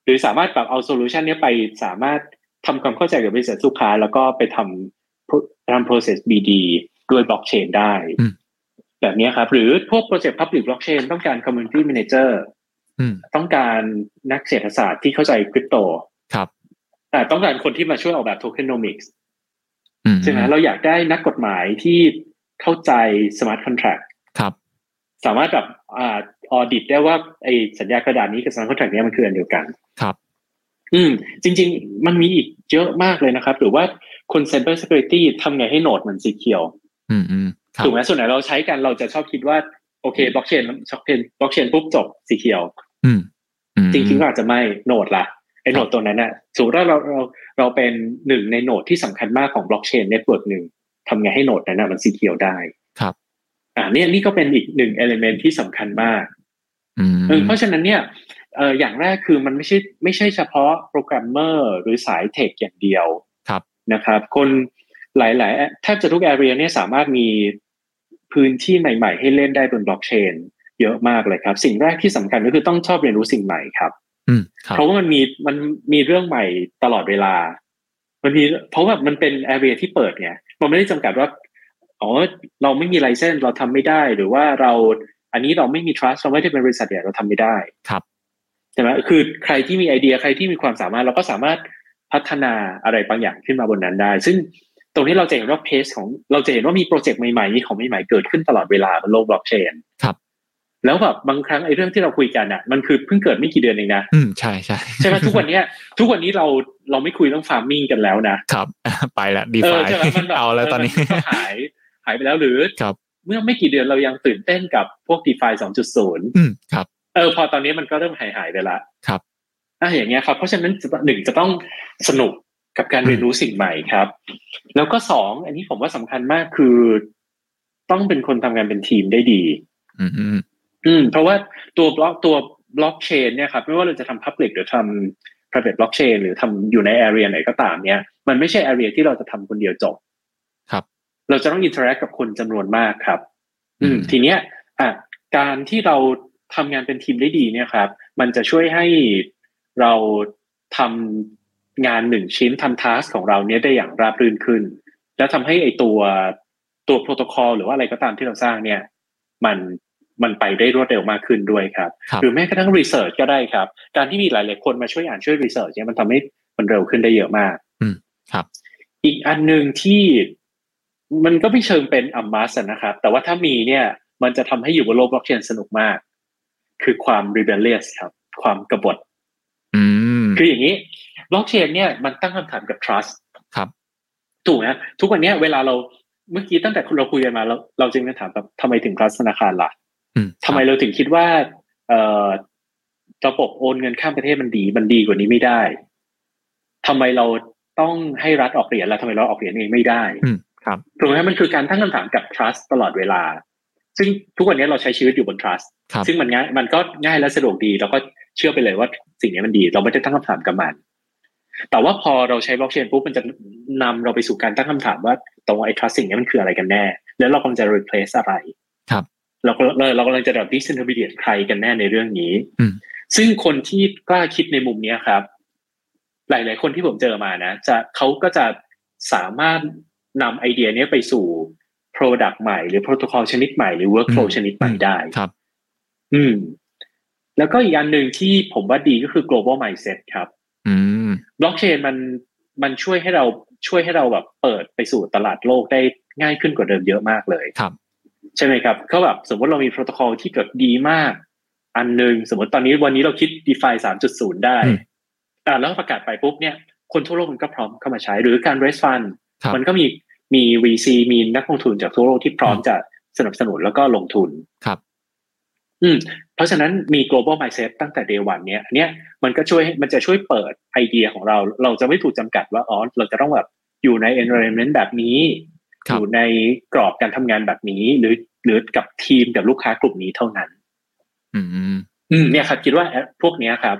Speaker 2: หรือสามารถแบบเอาโซลูชันนี้ยไปสามารถทำความเข้าใจกับบริษัทลูกค้า แล้วก็ไปทำทำ process BD ด้วยบล็อกเชนได้
Speaker 1: อืม
Speaker 2: แบบเนี้ยครับ หรือพวกโปรเจกต์ Public Blockchain ต้องการ Community Manager
Speaker 1: อืม
Speaker 2: ต้องการนักเศรษฐศาสตร์ที่เข้าใจคริปโต
Speaker 1: ครับ
Speaker 2: อ่าต้องการคนที่มาช่วยออกแบบ Tokenomics
Speaker 1: อืม
Speaker 2: ใช่ไหมเราอยากได้นักกฎหมายที่เข้าใจ Smart Contract
Speaker 1: ครับ
Speaker 2: สามารถแบบอ่าออดิตได้ว่าไอสัญญากระดาษนี้กับสัญญาคอนแทคเนี้ยมันคืออันเดียวกัน
Speaker 1: ครับ
Speaker 2: อืม จริง ๆ มันมีอีกเยอะมากเลยนะครับ หรือว่าคน Cyber Security ทำไงให้โหนดมันสีเขียว
Speaker 1: อืมอืมครับ
Speaker 2: ถูกไหมส่วนไหนเราใช้กันเราจะชอบคิดว่า โอเคบล็อกเชนช็อกเพนบล็อกเชนปุ๊บจบสีเขียว
Speaker 1: อืมอืม
Speaker 2: จริงๆก็อาจจะไม่โหนดละไอโหนดตัวนั้นน่ะสมมติว่าเราเราเราเป็นหนึ่งในโหนดที่สำคัญมากของบล็อกเชนเน็ตเวิร์กหนึ่งทำไงให้โหนดนั้นน่ะมันสีเขียวได้
Speaker 1: ครับ
Speaker 2: อ่าเนี่ยนี่ก็เป็นอีกหนึ่งเอลิเมนที่สำคัญมาก
Speaker 1: อืม
Speaker 2: เออเพราะฉะนั้นเนี่ยเอออย่างแรกคือมันไม่ใช่ไม่ใช่เฉพาะโปรแกรมเมอร์หรือสายเทคอย่างเดียว
Speaker 1: ครับ
Speaker 2: นะครับ คนหลายๆแทบจะทุกแอเรียเนี่ยสามารถมีพื้นที่ใหม่ๆ ให้เล่นได้บนบล็อกเชนเยอะมากเลยครับ สิ่งแรกที่สำคัญก็คือต้องชอบเรียนรู้สิ่งใหม่ครับ
Speaker 1: อืมครับ
Speaker 2: เพราะว่ามันมีมันมีเรื่องใหม่ตลอดเวลา มันมีเพราะว่ามันเป็นแอเรียที่เปิดไงมันไม่ได้จำกัดว่าอ๋อเราไม่มีไลเซนส์เราทำไม่ได้ หรือว่าเราอันนี้เราไม่มี trust เราไม่ได้เป็นบริษัทใหญ่เราทำไม่ได้
Speaker 1: ครับ
Speaker 2: ใช่ไหมคือใครที่มีไอเดียใครที่มีความสามารถเราก็สามารถพัฒนาอะไรบางอย่างขึ้นมาบนนั้นได้ ซึ่งตรงนี้เราจะเห็นว่าเพสของเราจะเห็นว่ามีโปรเจกต์ใหม่ๆมีของใหม่ๆเกิดขึ้นตลอดเวลาบนโลกบล็อกเชน
Speaker 1: ครับ
Speaker 2: แล้วแบบบางครั้งไอ้เรื่องที่เราคุยกันอ่ะ มันคือเพิ่งเกิดไม่กี่เดือนเองนะ
Speaker 1: อืมใช่ใช่ [laughs]
Speaker 2: ใช่ไหมทุกวันเนี้ยทุกวันนี้เราเราไม่คุยเรื่องฟาร์มมิ่งกันแล้วนะครับ
Speaker 1: [laughs] ไปละดี
Speaker 2: เอ
Speaker 1: ฟา
Speaker 2: อใช่ไหมมันแบบ
Speaker 1: เอาแล้วตอนนี้
Speaker 2: มัก็หายหายไปแล้วหรือ
Speaker 1: ครับ
Speaker 2: เมื่อไม่กี่เดือนเรายังตื่นเต้นกับพวกดีฟาสองจุดศูนย์
Speaker 1: [laughs] อืมครับ
Speaker 2: เออพอตอนนี้มันก็เริ่มหายหายไปละ
Speaker 1: ครับ
Speaker 2: อ่ะอย่างเงี้ยครับ เพราะฉะนั้นจะหนึ่งจะต้องสนุกกับการเรียนรู้สิ่งใหม่ครับ แล้วก็สองอันนี้ผมว่าสำคัญมากคือ ต้องเป็นคนทำงานเป็นทีมได้ดี
Speaker 1: อืมอืม
Speaker 2: อืมเพราะว่าตัวบล็อกตัวบล็อกเชนเนี่ยครับไม่ว่าเราจะทำ Public หรือทำ private blockchain หรือทำอยู่ใน area ไหนก็ตามเนี่ยมันไม่ใช่ area ที่เราจะทำคนเดียวจบ
Speaker 1: ครับ
Speaker 2: เราจะต้องอินเทอร์แอคกับคนจำนวนมากครับ อื
Speaker 1: อื
Speaker 2: ม
Speaker 1: ม
Speaker 2: ทีเนี้ยอ่ะการที่เราทำงานเป็นทีมได้ดีเนี่ยครับ มันจะช่วยให้เราทำงานหนึ่งชิ้นทำทาสของเราเนี่ยได้อย่างราบรื่นขึ้น แล้วทำให้ไอตัวตัวโปรโตคอลหรือว่าอะไรก็ตามที่เราสร้างเนี่ย มันมันไปได้รวดเร็วมากขึ้นด้วยครับ
Speaker 1: ครับ
Speaker 2: หรือแม้กระทั่งรีเสิร์ชก็ได้ครับ การที่มีหลาย ๆ คนมาช่วยอ่านช่วยรีเสิร์ชเนี่ยมันทำให้มันเร็วขึ้นได้เยอะมาก
Speaker 1: อืมครับ
Speaker 2: อีกอันหนึ่งที่มันก็ไม่เชิงเป็นอัมมัสนะครับ แต่ว่าถ้ามีเนี่ย มันจะทำให้อยู่บนโลกบล็อกเชนสนุกมาก คือความ rebellious ครับ ความกบฏ
Speaker 1: อืม
Speaker 2: คืออย่างนี้บล็อกเชนเนี่ยมันตั้งคำถามกับ trust
Speaker 1: ครับ
Speaker 2: ถูกไหมทุกวันเนี้ยเวลาเราเมื่อกี้ตั้งแต่เราคุยกันมาเราเราจึงมาถามแบบทำไมถึง trust ธนาคารล่ะ
Speaker 1: อืม
Speaker 2: ทำไมเราถึงคิดว่า เอ่อระบบโอนเงินข้ามประเทศมันดีมันดีกว่านี้ไม่ได้ทำไมเราต้องให้รัฐออกเหรียญแล้วทำไมเราออกเหรียญเองไม่ได้
Speaker 1: อืมครับ
Speaker 2: ถูกไหมครับมันคือการตั้งคำถามกับ trust ตลอดเวลา ซึ่งทุกวันนี้เราใช้ชีวิตอยู่บน trust
Speaker 1: ครับ
Speaker 2: ซึ่งมันง่ายมันก็ง่ายและสะดวกดี แล้วก็เชื่อไปเลยว่าสิ่งนี้มันดี เราไม่ได้ตั้งคำถามกับมัน แต่ว่าพอเราใช้บล็อกเชนปุ๊บมันจะนำเราไปสู่การตั้งคำถามว่าตรงไอ้ trust สิ่งนี้มันคืออะไรกันแน่ แล้วเรากำลังจะ replace อะไร
Speaker 1: ครับ
Speaker 2: เราก็เราเรากำลังจะแบบ disintermediate ใครกันแน่ในเรื่องนี้
Speaker 1: อืม
Speaker 2: ซึ่งคนที่กล้าคิดในมุมเนี้ยครับ หลาย ๆ คนที่ผมเจอมานะ จะเขาก็จะสามารถนำไอเดียเนี้ยไปสู่ Product ใหม่หรือ Protocol ชนิดใหม่หรือ Workflow
Speaker 1: อืม
Speaker 2: ชนิดใหม่ได้
Speaker 1: ครับ
Speaker 2: อืม แล้วก็อีกอันหนึ่งที่ผมว่าดีก็คือ global mindset ครับ
Speaker 1: อืม
Speaker 2: บล็อกเชนมันมันช่วยให้เราช่วยให้เราแบบเปิดไปสู่ตลาดโลกได้ง่ายขึ้นกว่าเดิมเยอะมากเลย
Speaker 1: ครับ
Speaker 2: ใช่ไหมครับก็แบบสมมติเรามีโปรโตคอลที่แบบดีมาก อันหนึ่งสมมติตอนนี้วันนี้เราคิด DeFi 3.0 ได้
Speaker 1: อืม
Speaker 2: อ่าแล้วประกาศไปปุ๊บเนี่ย คนทั่วโลกมันก็พร้อมเข้ามาใช้ หรือการ raise fund
Speaker 1: ครับ
Speaker 2: มันก็มีมี VC มีนักลงทุนจากทั่วโลกที่พร้อมจะสนับสนุนแล้วก็ลงทุน
Speaker 1: ครับ
Speaker 2: อืมเพราะฉะนั้นมี global mindset ตั้งแต่ day one เนี้ยอันเนี้ยมันก็ช่วยมันจะช่วยเปิดไอเดียของเรา เราจะไม่ถูกจำกัดว่าอ๋อเราจะต้องแบบอยู่ใน environment แบบนี้
Speaker 1: ครั
Speaker 2: อบ ยู่ในกรอบการทำงานแบบนี้ หรือหรือกับทีมกับลูกค้ากลุ่มนี้เท่านั้น
Speaker 1: อืม
Speaker 2: อืมเนี่ยครับคิดว่าพวกเนี้ยครับ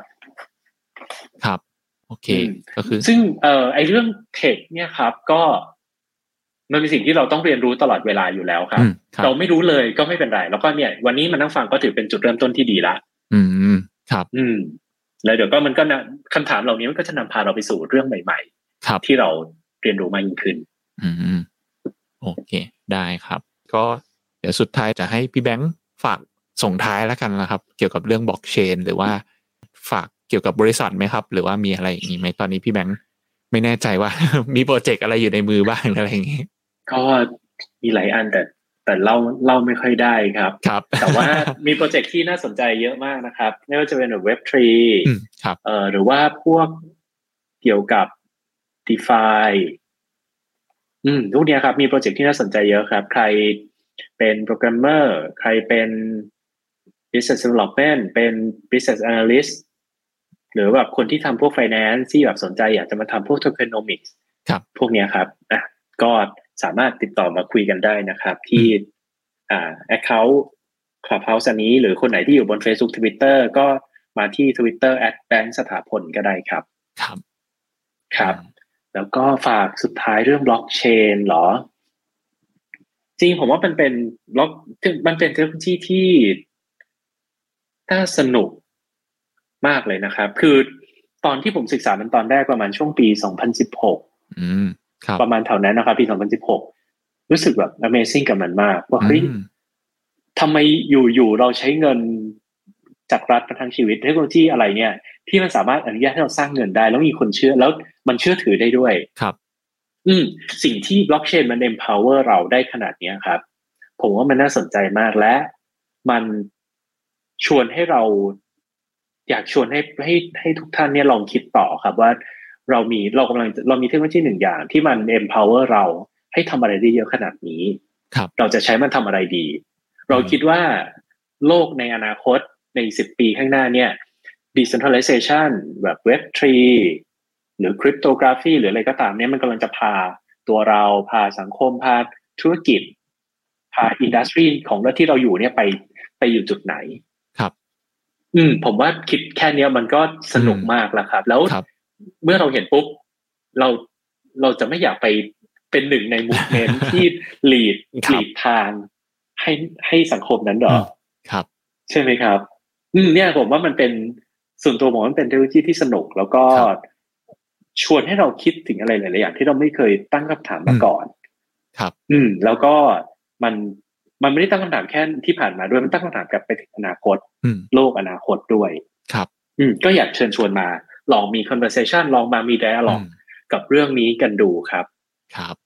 Speaker 1: ครับ โอเค
Speaker 2: อืม
Speaker 1: ก็คือ
Speaker 2: ซึ่งเอ่อไอเรื่องเทคเนี่ยครับก็มันเป็นสิ่งที่เราต้องเรียนรู้ตลอดเวลาอยู่แล้วครับ
Speaker 1: อืม ครับ
Speaker 2: เราไม่รู้เลยก็ไม่เป็นไร แล้วก็เนี่ย วันนี้มานั่งฟังก็ถือเป็นจุดเริ่มต้นที่ดีละ
Speaker 1: อืม ครับ
Speaker 2: อืม แล้วเดี๋ยวก็มันก็นะคำถามเหล่านี้มันก็จะนำพาเราไปสู่เรื่องใหม่
Speaker 1: ครับ
Speaker 2: ๆ ที่เราเรียนรู้มากยิ่งขึ้น
Speaker 1: อืม โอเค ได้ครับ ก็เดี๋ยวสุดท้ายจะให้พี่แบงค์ฝากส่งท้ายแล้วกันนะครับ เกี่ยวกับเรื่องบล็อกเชน หรือว่าฝากเกี่ยวกับบริษัทไหมครับ หรือว่ามีอะไรอย่างนี้ไหมตอนนี้พี่แบงค์ไม่แน่ใจว่า มีโปรเจกต์อะไรอยู่ในมือบ้างหรืออะไรอย่างนี้
Speaker 2: ก็มีหลายอันแต่แต่เล่าเล่าไม่ค่อยได้ครับ
Speaker 1: ครับ
Speaker 2: แต่ว่า มีโปรเจกต์ที่น่าสนใจเยอะมากนะครับ ไม่ว่าจะเป็นเว็บทรี
Speaker 1: อืมครับ
Speaker 2: เอ่อหรือว่าพวกเกี่ยวกับ d e f i อืมพวกเนี้ยครับ มีโปรเจกต์ที่น่าสนใจเยอะครับ ใครเป็นโปรแกรมเมอร์ใครเป็น business development เป็น business analyst หรือแบบคนที่ทำพวก finance ที่แบบสนใจอยากจะมาทำพวก tokenomics
Speaker 1: ครับ
Speaker 2: พวกเนี้ยครับอ่ะก็สามารถติดต่อมาคุยกันได้นะครับ ที่อ่า account clubhouse อันนี้ หรือคนไหนที่อยู่บน Facebook Twitter ก็มาที่ Twitter at bank สถาพลก็ได้ครับ
Speaker 1: ครับ
Speaker 2: ครับ แล้วก็ฝากสุดท้ายเรื่องบล็อกเชนเหรอ จริงผมว่ามันเป็นบล็อกมันเป็นเทคโนโลยีที่น่าสนุกมากเลยนะครับ คือตอนที่ผมศึกษามันตอนแรกประมาณช่วงปี 2016
Speaker 1: อืม ครับ
Speaker 2: ประมาณแถวนั้นนะครับ ปี 2016 รู้สึกแบบ Amazing กับมันมาก ว่าเฮ้ย
Speaker 1: อืม
Speaker 2: ทำไมอยู่ๆเราใช้เงินจากรัฐประทังชีวิตเทคโนโลยีอะไรเนี่ย ที่มันสามารถอนุญาตให้เราสร้างเงินได้ แล้วมีคนเชื่อแล้วมันเชื่อถือได้ด้วย
Speaker 1: ครับ
Speaker 2: อืม สิ่งที่บล็อกเชนมัน empower เราได้ขนาดเนี้ยครับ ผมว่ามันน่าสนใจมากและมันชวนให้เรา อยากชวนให้ให้ให้ทุกท่านเนี่ยลองคิดต่อครับว่าเรามีเรากำลังเรามีเทคโนโลยีหนึ่งอย่าง ที่มัน empower เราให้ทำอะไรได้เยอะขนาดนี้
Speaker 1: ครับ
Speaker 2: เราจะใช้มันทำอะไรดี เราคิดว่าโลกในอนาคตใน 10 ปีข้างหน้าเนี่ย decentralization แบบ Web3 หรือ cryptography หรืออะไรก็ตามเนี่ยมันกำลังจะพาตัวเราพาสังคม พาธุรกิจ พาอินดัสทรีของเราที่เราอยู่เนี่ยไปไปอยู่จุดไหน
Speaker 1: ครับ
Speaker 2: อืม ผมว่าคิดแค่เนี้ยมันก็สนุกมากแล้วครับ แล้ว
Speaker 1: ครับ
Speaker 2: เมื่อเราเห็นปุ๊บเราเราจะไม่อยากไปเป็นหนึ่งในมูฟเมนต์ ที่หลีด
Speaker 1: ครับ
Speaker 2: หลีดทางให้ให้สังคมนั้นหรอ
Speaker 1: ม ครับ
Speaker 2: ใช่ไหมครับ อืมเนี่ยผมว่ามันเป็นส่วนตัวผมว่ามันเป็นเทคโนโลยีที่สนุก แล้วก็
Speaker 1: ครับ
Speaker 2: ชวนให้เราคิดถึงอะไรหลายๆอย่างที่เราไม่เคยตั้งคำถามมาก่อน
Speaker 1: ครับ
Speaker 2: อืม แล้วก็มันมันไม่ได้ตั้งคำถามแค่ที่ผ่านมาด้วยมันตั้งคำถามกลับไปถึงอนาคต
Speaker 1: อืม
Speaker 2: โลกอนาคตด้วย
Speaker 1: ครับ
Speaker 2: อืม ก็อยากเชิญชวนมา ลองมี conversation ลองมามี dialogue
Speaker 1: ม
Speaker 2: กับเรื่องนี้กันดูครับ
Speaker 1: ครับ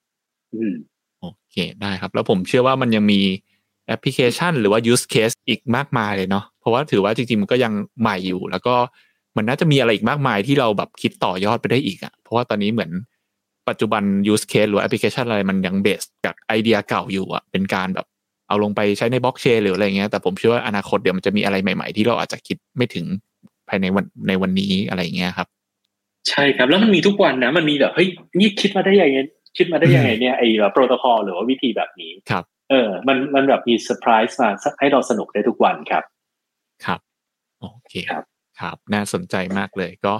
Speaker 2: อืม
Speaker 1: โอเค ได้ครับ แล้วผมเชื่อว่ามันยังมี แอปพลิเคชัน หรือว่า use case อีกมากมายเลยเนาะเพราะว่าถือว่าจริงๆ มันก็ยังใหม่อยู่ แล้วก็มันน่าจะมีอะไรอีกมากมายที่เราแบบคิดต่อยอดไปได้อีกอะ่ะเพราะว่าตอนนี้เหมือนปัจจุบัน use case หรือแอปพลิเคชันอะไรมันยังเบสจากไอเดียเก่าอยู่อะ่ะเป็นการแบบเอาลงไปใช้ในบล็อกเชนหรืออะไรเงี้ยแต่ผมเชื่อว่าอนาคตเดี๋ยวมันจะมีอะไรใหม่ ๆ ที่เราอาจจะคิดไม่ถึงภายในวันในวันนี้อะไรเงี้ยครับ
Speaker 2: ใช่ครับ แล้วมันมีทุกวันนะ มันมีแบบเฮ้ยนี่คิดมาได้ยังไงคิดมาได้ยังไงเนี่ยไอ้แบบโปรโตคอลหรือว่าวิธีแบบนี้
Speaker 1: ครับ
Speaker 2: เออ มันมันแบบมีเซอร์ไพรส์มาให้เราสนุกได้ทุกวันครับ
Speaker 1: ครับ โอเค
Speaker 2: ครับ
Speaker 1: ครับน่าสนใจมากเลยก็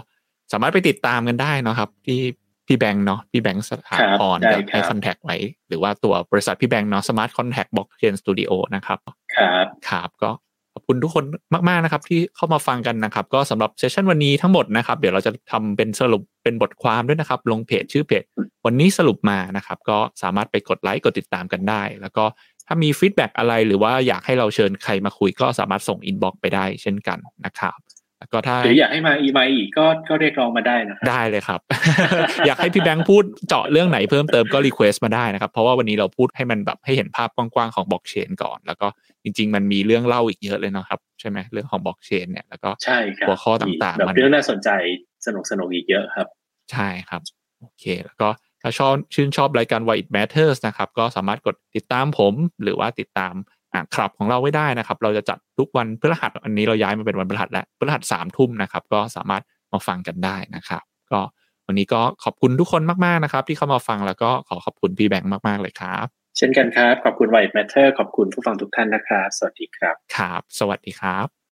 Speaker 1: สามารถไปติดตามกันได้เนาะครับ ที่พี่แบงค์เนาะพี่แบงค์สถาพร
Speaker 2: ครับ
Speaker 1: กับ
Speaker 2: ได้ครับ
Speaker 1: ไอคอนแทคไว้ หรือว่าตัวบริษัทพี่แบงค์เนาะสมาร์ทคอนแทคบล็อกเชนสตูดิโอนะครับ
Speaker 2: ครับ
Speaker 1: ครับก็ขอบคุณทุกคนมาก ๆ นะครับ ที่เข้ามาฟังกันนะครับ ก็สำหรับเซสชันวันนี้ทั้งหมดนะครับ เดี๋ยวเราจะทำเป็นสรุปเป็นบทความด้วยนะครับ ลงเพจชื่อเพจ วันนี้สรุปมานะครับ ก็สามารถไปกดไลค์กดติดตามกันได้ แล้วก็ถ้ามีฟีดแบ็กอะไรหรือว่าอยากให้เราเชิญใครมาคุยก็สามารถส่งอินบ็อกซ์ไปได้เช่นกันนะครับ แล้วก็ถ้า
Speaker 2: หรืออยากให้มาอีมาอีกก็ก็เรียกร้องมาได้นะครับ
Speaker 1: ได้เลยครับ [laughs] อยากให้พี่แบงค์พูดเจาะเรื่องไหนเพิ่มเติมก็รีเควสต์มาได้นะครับ เพราะว่าวันนี้เราพูดให้มันแบบให้เห็นภาพกว้างๆของบล็อกเชนก่อน แล้วก็จริง ๆ มันมีเรื่องเล่าอีกเยอะเลยเนาะครับ ใช่ไหมเรื่องของบล็อกเชนเนี่ยแล้วก็
Speaker 2: ใช่ครับ
Speaker 1: หัวข้อต่างๆ
Speaker 2: แบบ
Speaker 1: มัน
Speaker 2: เรื่องน่าสนใจสนุกสนุกอีกเยอะครับ
Speaker 1: ใช่ครับ โอเค แล้วก็ถ้าชอบชื่นชอบรายการ Why It Matters นะครับ ก็สามารถกดติดตามผม หรือว่าติดตามอ่านคลับของเราไว้ได้นะครับ เราจะจัดทุกวันพฤหัสอันนี้เราย้ายมาเป็นวันพฤหัสแล้วพฤหัสสามทุ่มนะครับ ก็สามารถมาฟังกันได้นะครับ ก็วันนี้ก็ขอบคุณทุกคนมากๆนะครับ ที่เข้ามาฟังแล้วก็ขอขอบคุณพี่แบงค์มากๆเลยครับ
Speaker 2: เช่นกันครับ ขอบคุณ White Matter ขอบคุณผู้ฟังทุกท่านนะครับ สวัสดีครับ
Speaker 1: ครับ สวัสดีครับ